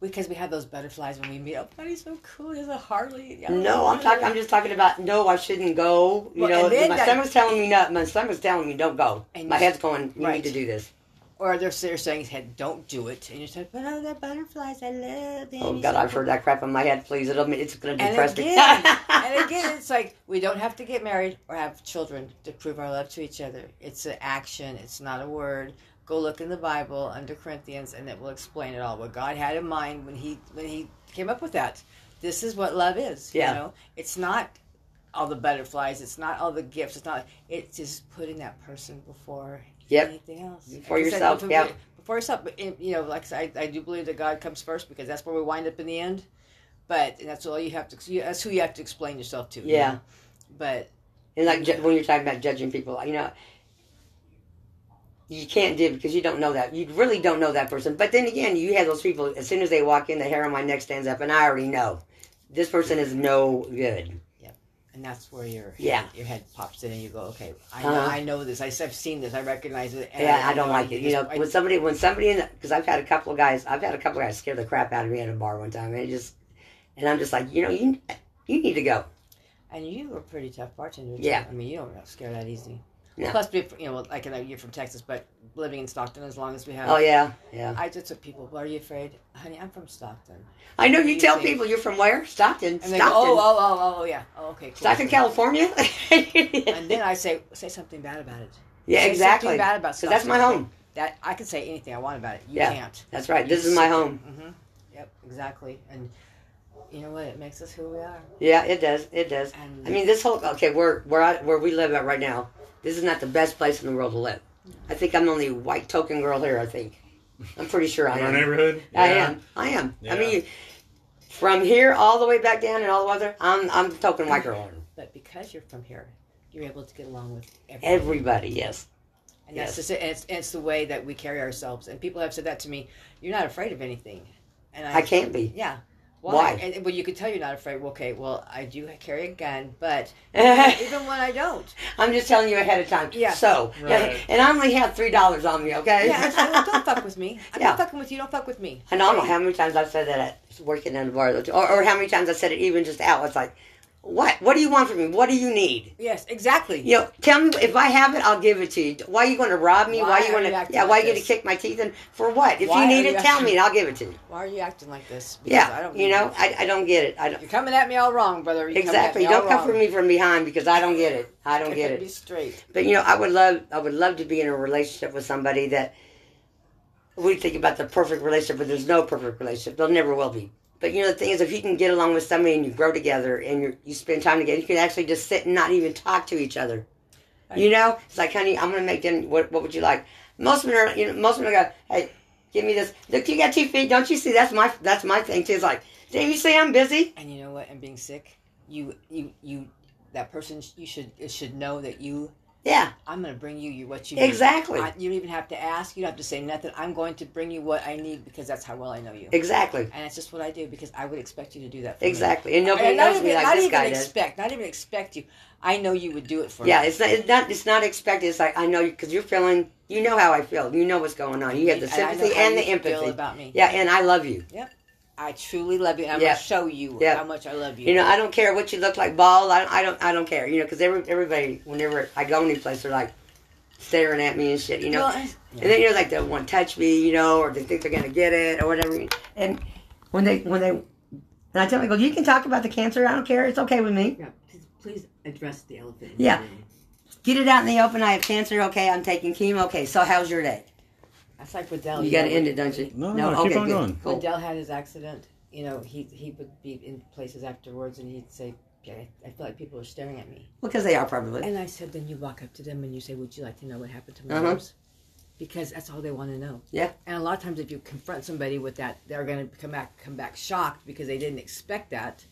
Speaker 2: because we have those butterflies when we meet up. Oh, he's so cool. He's a Harley. Oh,
Speaker 3: No, I'm talking. I'm just talking about no. I shouldn't go. You
Speaker 2: Well,
Speaker 3: know,
Speaker 2: and then
Speaker 3: my
Speaker 2: that-
Speaker 3: stomach's telling me no. My stomach's telling me don't go.
Speaker 2: And
Speaker 3: My
Speaker 2: you-
Speaker 3: head's going. You
Speaker 2: Right.
Speaker 3: need to do this.
Speaker 2: Or they're, they're saying, "Hey, don't do it," and you're saying, "But oh, the butterflies, I love them."
Speaker 3: Oh God, I've heard that crap in my head. Please, it'll it's gonna
Speaker 2: And
Speaker 3: depress me.
Speaker 2: again, and again, it's like we don't have to get married or have children to prove our love to each other. It's an action. It's not a word. Go look in the Bible under Corinthians, and it will explain it all. What God had in mind when he when he came up with that. This is what love is.
Speaker 3: Yeah.
Speaker 2: You know, it's not all the butterflies. It's not all the gifts. It's not. It's just putting that person before
Speaker 3: Yep.
Speaker 2: anything else.
Speaker 3: Before
Speaker 2: Like I said,
Speaker 3: yourself,
Speaker 2: before-
Speaker 3: yep.
Speaker 2: Before yourself, but in- you know, like I, said, I, I do believe that God comes first because that's where we wind up in the end. But that's all you have to. you- That's who you have to explain yourself to. you
Speaker 3: Yeah.
Speaker 2: know? But
Speaker 3: And like ju- when you're talking about judging people, you know, you can't do because you don't know that. You really don't know that person. But then again, you have those people. As soon as they walk in, the hair on my neck stands up, and I already know this person is no good.
Speaker 2: and that's where your
Speaker 3: Yeah.
Speaker 2: your head pops in and you go, okay, I know,
Speaker 3: Uh-huh.
Speaker 2: I know this. I, have seen this. I recognize it. And
Speaker 3: Yeah, I don't
Speaker 2: know
Speaker 3: like it. You know,
Speaker 2: I-
Speaker 3: when somebody, when somebody in, because I've had a couple of guys, I've had a couple of guys scare the crap out of me at a bar one time, and it just, and I'm just like, you know, you, you need to go.
Speaker 2: and you were a pretty tough bartender. too.
Speaker 3: Yeah.
Speaker 2: I mean, you don't scare that easy.
Speaker 3: No.
Speaker 2: Plus, we- you know, like I know you're from Texas, but living in Stockton as long as we have.
Speaker 3: Oh yeah, yeah.
Speaker 2: I just took people. What are you afraid, honey? I'm from Stockton.
Speaker 3: I know you
Speaker 2: You
Speaker 3: tell
Speaker 2: think-
Speaker 3: people you're from where? Stockton.
Speaker 2: And they
Speaker 3: Stockton.
Speaker 2: go, oh, oh, oh, oh, oh, yeah. Oh, okay. Cool.
Speaker 3: Stockton, California.
Speaker 2: And then I say, say something bad about it.
Speaker 3: yeah,
Speaker 2: Say
Speaker 3: exactly.
Speaker 2: Something bad about
Speaker 3: Because that's my
Speaker 2: Stockton.
Speaker 3: home.
Speaker 2: That I can say anything I want about it. You
Speaker 3: Yeah.
Speaker 2: can't.
Speaker 3: That's right. This is my home.
Speaker 2: hmm Yep. Exactly. And you know what? It makes us who we are.
Speaker 3: Yeah, it does. It does.
Speaker 2: And
Speaker 3: I mean, this whole okay, where where I, where we live at right now, this is not the best place in the world to live. I think I'm the only white token girl here. I think. I'm pretty sure I
Speaker 1: In our
Speaker 3: am.
Speaker 1: neighborhood.
Speaker 3: I
Speaker 1: Yeah.
Speaker 3: am. I am. I
Speaker 1: Yeah.
Speaker 3: mean, from here all the way back down and all the way there, I'm I'm the token white girl.
Speaker 2: but because you're from here, you're able to get along with everybody.
Speaker 3: Everybody, yes.
Speaker 2: And that's just it. And it's, and it's the way that we carry ourselves. And people have said that to me. You're not afraid of anything. And I,
Speaker 3: I can't be.
Speaker 2: Yeah.
Speaker 3: Why?
Speaker 2: And, well, you can tell you're not afraid. Well, okay. Well, I do carry a gun, but
Speaker 3: I'm
Speaker 2: even when I don't,
Speaker 3: just telling you ahead of time.
Speaker 2: Yeah.
Speaker 3: So,
Speaker 1: Right.
Speaker 3: yeah, and I only have three dollars on me, okay?
Speaker 2: yeah, I say, well, don't fuck with me. I'm
Speaker 3: Yeah.
Speaker 2: not fucking with you. Don't fuck with me.
Speaker 3: And I don't know how many times I've said that at working at a bar, or, or how many times I said it even just out. It's like, what? What do you want from me? What do you need?
Speaker 2: Yes, exactly.
Speaker 3: You know, tell me if I have it, I'll give it to you. Why are you going to rob me? Why,
Speaker 2: Why
Speaker 3: are you
Speaker 2: are
Speaker 3: going to?
Speaker 2: you acting
Speaker 3: Yeah, why
Speaker 2: like
Speaker 3: you going
Speaker 2: this?
Speaker 3: to kick my teeth in? For what? If
Speaker 2: Why
Speaker 3: you need
Speaker 2: are
Speaker 3: it,
Speaker 2: you
Speaker 3: tell
Speaker 2: acting-
Speaker 3: me, and I'll give it to you.
Speaker 2: Why are you acting like this? Because
Speaker 3: Yeah, you
Speaker 2: need
Speaker 3: know,
Speaker 2: this.
Speaker 3: I, I don't get it. I don't
Speaker 2: you're coming at me all wrong, brother. You're coming at
Speaker 3: exactly.
Speaker 2: me
Speaker 3: Don't
Speaker 2: all
Speaker 3: come
Speaker 2: wrong.
Speaker 3: for me from behind because I don't get it. I don't get
Speaker 2: Be
Speaker 3: it.
Speaker 2: straight.
Speaker 3: But you know, I would love, I would love to be in a relationship with somebody that we think about the perfect relationship, but there's no perfect relationship. There never will be. But you know, the thing is, if you can get along with somebody and you grow together and you you spend time together, you can actually just sit and not even talk to each other. You know, it's like, honey, I'm gonna make dinner. What, what would you like? Most men are, you know, most men go, hey, give me this. Look, you got two feet, don't you see? That's my, that's my thing too. It's like, didn't you see I'm busy?
Speaker 2: And you know what? And being sick, you you you that person sh- you should it should know that you
Speaker 3: Yeah,
Speaker 2: I'm going to bring you you what you need.
Speaker 3: exactly.
Speaker 2: I, you don't even have to ask. You don't have to say nothing. I'm going to bring you what I need because that's how well I know you.
Speaker 3: Exactly.
Speaker 2: And that's just what I do because I would expect you to do that. For me.
Speaker 3: Exactly. And nobody
Speaker 2: And not
Speaker 3: knows
Speaker 2: even,
Speaker 3: me like
Speaker 2: not
Speaker 3: this
Speaker 2: even
Speaker 3: guy does.
Speaker 2: expect, not even expect you. I know you would do it for
Speaker 3: Yeah,
Speaker 2: me.
Speaker 3: it's not, it's not it's not expected. It's like I know you because you're feeling. You know how I feel. You know what's going on. You have the
Speaker 2: And I know
Speaker 3: sympathy
Speaker 2: how
Speaker 3: and the
Speaker 2: you feel
Speaker 3: empathy.
Speaker 2: about me.
Speaker 3: Yeah, and I love you.
Speaker 2: I truly love you. And I'm
Speaker 3: Yeah.
Speaker 2: going to show you
Speaker 3: Yeah.
Speaker 2: how much I love you.
Speaker 3: You know, I don't care what you look like, bald. I don't. I don't. I don't care. You know, because every, everybody, whenever I go any place, they're like staring at me and shit. You know,
Speaker 2: Well, I-
Speaker 3: and then you're like they want to touch me, you know, or they think they're gonna get it or whatever. And when they when they and I tell them, I go, you can talk about the cancer. I don't care. It's okay with me.
Speaker 5: Yeah, please, please address the elephant.
Speaker 3: Yeah. Get it out in the open. I have cancer. Okay, I'm taking chemo. Okay, so how's your day?
Speaker 2: That's like Riddell.
Speaker 3: Oh, You
Speaker 2: know,
Speaker 3: gotta end it, don't you?
Speaker 1: No, no, keep on going.
Speaker 2: When
Speaker 3: cool.
Speaker 2: Riddell had his accident, you know, he he would be in places afterwards and he'd say, "Yeah, I feel like people are staring at me.
Speaker 3: Because they are probably.
Speaker 2: And I said, then you walk up to them and you say, Would you like to know what happened to my
Speaker 3: Uh-huh.
Speaker 2: arms? Because that's all they want to know.
Speaker 3: Yeah.
Speaker 2: And a lot of times, if you confront somebody with that, they're going to come back come back shocked because they didn't expect that.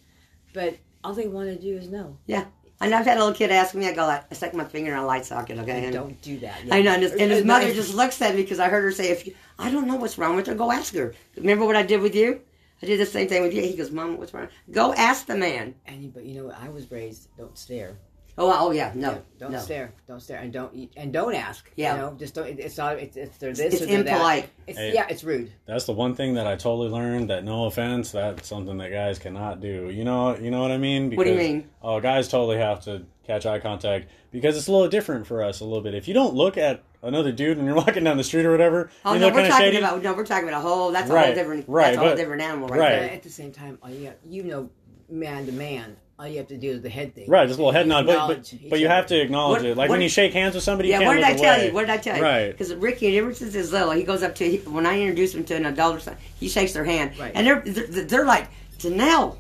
Speaker 2: But all they want to do is know.
Speaker 3: Yeah. And I've had a little kid ask me, I go like, I stuck my finger in a light socket, okay? And,
Speaker 2: Don't do that.
Speaker 3: I know, and his, and his
Speaker 2: It's
Speaker 3: mother
Speaker 2: not-
Speaker 3: just looks at me because I heard her say, if you, I don't know what's wrong with her, go ask her. Remember what I did with you? I did the same thing with you. He goes, Mom, what's wrong? Go ask the man.
Speaker 2: And you, but you know what? I was raised. Don't stare.
Speaker 3: Oh, oh yeah, no,
Speaker 2: Yeah, don't
Speaker 3: no.
Speaker 2: stare. Don't stare. And don't eat. And don't ask.
Speaker 3: Yeah.
Speaker 2: You know, just don't. It's not. It's, it's they're this
Speaker 3: It's
Speaker 2: or they're
Speaker 3: impolite.
Speaker 2: that. It's,
Speaker 1: Hey.
Speaker 2: Yeah, it's rude.
Speaker 1: That's the one thing that I totally learned. That no offense, that's something that guys cannot do. You know, you know what I mean?
Speaker 3: What do you mean?
Speaker 1: Oh, guys totally have to catch eye contact because it's a little different for us a little bit. If you don't look at another dude when you're walking down the street or whatever,
Speaker 3: Oh
Speaker 1: you
Speaker 3: no,
Speaker 1: know,
Speaker 3: we're
Speaker 1: kind of
Speaker 3: talking
Speaker 1: shady.
Speaker 3: about no, we're talking about a whole. That's a whole
Speaker 1: Right,
Speaker 3: different.
Speaker 1: right,
Speaker 3: that's a whole
Speaker 1: but-
Speaker 3: different animal,
Speaker 1: right.
Speaker 2: But at the same time, all you you know, man to man, all you have to do is the head thing.
Speaker 1: Right, just a little head nod, but
Speaker 2: Acknowledge
Speaker 1: but,
Speaker 2: each
Speaker 1: but you have
Speaker 2: other.
Speaker 1: to acknowledge
Speaker 3: What-
Speaker 1: it. Like
Speaker 3: what
Speaker 1: when
Speaker 3: did-
Speaker 1: you shake hands with somebody,
Speaker 3: Yeah,
Speaker 1: you
Speaker 3: what
Speaker 1: can't look
Speaker 3: did I tell
Speaker 1: away.
Speaker 3: you? What did I tell you?
Speaker 1: Right.
Speaker 3: Because Ricky, ever since he's little, he goes up to when I introduce him to an adult or something, he shakes their hand,
Speaker 2: Right.
Speaker 3: and they're they're, they're like Janelle.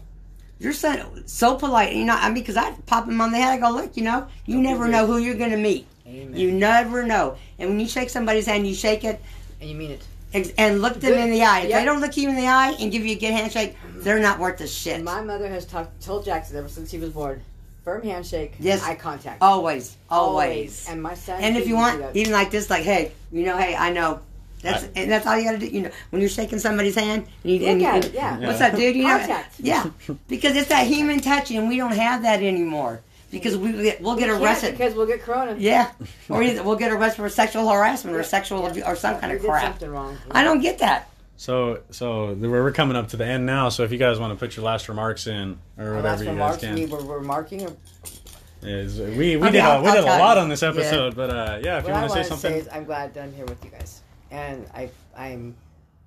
Speaker 3: Your son so polite, you know. I mean, because I pop him on the head. I go, look, you know, you never know who you're going to meet.
Speaker 2: Amen.
Speaker 3: You never know. And when you shake somebody's hand, you shake it
Speaker 2: and you mean it.
Speaker 3: ex- and look them
Speaker 2: Good.
Speaker 3: in the eye. If
Speaker 2: Yeah.
Speaker 3: they don't look you in the eye and give you a good handshake, they're not worth a shit.
Speaker 2: My mother has talked told Jackson ever since he was born, firm handshake,
Speaker 3: Yes.
Speaker 2: eye contact,
Speaker 3: Always, always.
Speaker 2: And my son.
Speaker 3: And if
Speaker 2: didn't do
Speaker 3: you want,
Speaker 2: that.
Speaker 3: even like this, like, hey, you know, hey, I know. That's
Speaker 1: Right.
Speaker 3: and that's all you gotta do. You know, when you're shaking somebody's hand, and you,
Speaker 2: Look
Speaker 3: and,
Speaker 2: at
Speaker 3: and-
Speaker 2: it, yeah.
Speaker 3: What's up, dude? You know,
Speaker 2: Contact.
Speaker 3: Yeah, because it's that human touch, and we don't have that anymore. Because we get- we'll get
Speaker 2: Can't
Speaker 3: arrested.
Speaker 2: because we'll get corona.
Speaker 3: yeah, or either we'll get arrested for sexual harassment or sexual abu- or some kind
Speaker 2: You
Speaker 3: of
Speaker 2: did
Speaker 3: crap.
Speaker 2: something wrong.
Speaker 3: I don't get that.
Speaker 1: So so th- we're coming up to the end now. So if you guys want to put your last remarks in or
Speaker 2: Our
Speaker 1: whatever
Speaker 2: last
Speaker 1: you guys
Speaker 2: remarks.
Speaker 1: can,
Speaker 2: We were remarking. Or,
Speaker 1: Is- we we
Speaker 3: Okay,
Speaker 1: did a,
Speaker 3: I'll-
Speaker 1: we
Speaker 3: I'll
Speaker 1: did a
Speaker 3: tell
Speaker 1: lot
Speaker 3: you.
Speaker 1: on this
Speaker 3: Yeah.
Speaker 1: episode, but uh, yeah, if
Speaker 2: what
Speaker 1: you want to say
Speaker 2: I want to say
Speaker 1: something,
Speaker 2: is, I'm glad that I'm here with you guys, and I I'm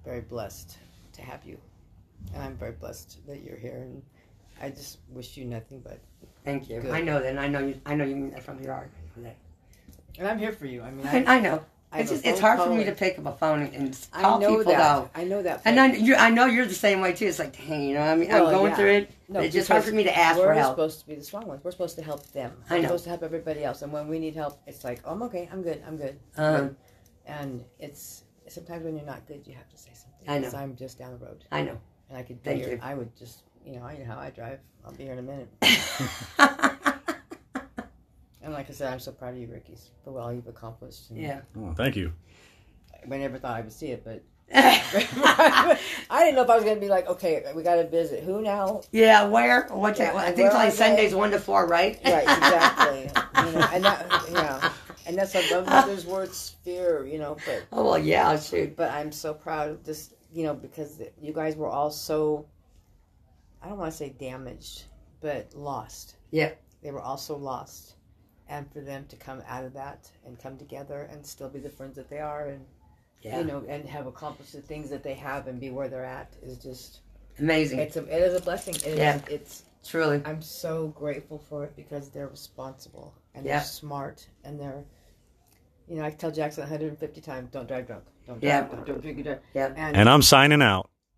Speaker 2: very blessed to have you, and I'm very blessed that you're here, and I just wish you nothing but.
Speaker 3: Thank you.
Speaker 2: Good.
Speaker 3: I know that. and I know. You, I know you mean that from your heart.
Speaker 2: And I'm here for you. I mean,
Speaker 3: I,
Speaker 2: I,
Speaker 3: I know.
Speaker 2: I
Speaker 3: It's
Speaker 2: have a
Speaker 3: just
Speaker 2: phone
Speaker 3: it's hard for
Speaker 2: call
Speaker 3: me to
Speaker 2: and-
Speaker 3: pick up a phone and, and
Speaker 2: I
Speaker 3: call
Speaker 2: know
Speaker 3: people
Speaker 2: that.
Speaker 3: though.
Speaker 2: I know that.
Speaker 3: And I, you I know you're the same way too. It's like, dang, you know, what I mean, I'm
Speaker 2: Well,
Speaker 3: going
Speaker 2: yeah.
Speaker 3: through it. it's just hard
Speaker 2: because
Speaker 3: for me to ask for help.
Speaker 2: We're supposed to be the strong ones. We're supposed to help them.
Speaker 3: I
Speaker 2: We're
Speaker 3: know.
Speaker 2: supposed to help everybody else. And when we need help, it's like, oh, I'm okay. I'm good. I'm good.
Speaker 3: Uh-huh.
Speaker 2: and it's sometimes when you're not good, you have to say something.
Speaker 3: I know.
Speaker 2: 'Cause I'm just down the road,
Speaker 3: I know.
Speaker 2: and I could be
Speaker 3: Thank
Speaker 2: here.
Speaker 3: you.
Speaker 2: I would just, you know, I know how I drive. I'll be here in a minute. And like I said, I'm so proud of you, Rickies, for all you've accomplished. And
Speaker 3: Yeah.
Speaker 1: Oh, thank you.
Speaker 2: I never thought I would see it, but I didn't know if I was gonna be like, okay, we got to visit who now?
Speaker 3: yeah, where? What time? I think it's
Speaker 2: Where are
Speaker 3: only
Speaker 2: they?
Speaker 3: Sundays, 1 to 4, right?
Speaker 2: Right, exactly. you know, and that, yeah, and that's I love mother's word sphere, you know. But
Speaker 3: oh, well, yeah, shoot.
Speaker 2: but I'm so proud of this, you know, because you guys were all so. I don't want to say damaged, but lost.
Speaker 3: Yeah.
Speaker 2: they were also lost, and for them to come out of that and come together and still be the friends that they are, and
Speaker 3: Yeah.
Speaker 2: you know, and have accomplished the things that they have and be where they're at is just
Speaker 3: Amazing.
Speaker 2: it's a it is a blessing. It is-
Speaker 3: Yeah.
Speaker 2: it's
Speaker 3: Truly.
Speaker 2: I'm so grateful for it because they're responsible and
Speaker 3: Yeah.
Speaker 2: they're smart and they're, you know, I tell Jackson 150 times, don't drive drunk, don't drive
Speaker 3: Yeah.
Speaker 2: drunk, don't drink and drive.
Speaker 3: Yeah.
Speaker 2: And,
Speaker 1: And I'm signing out.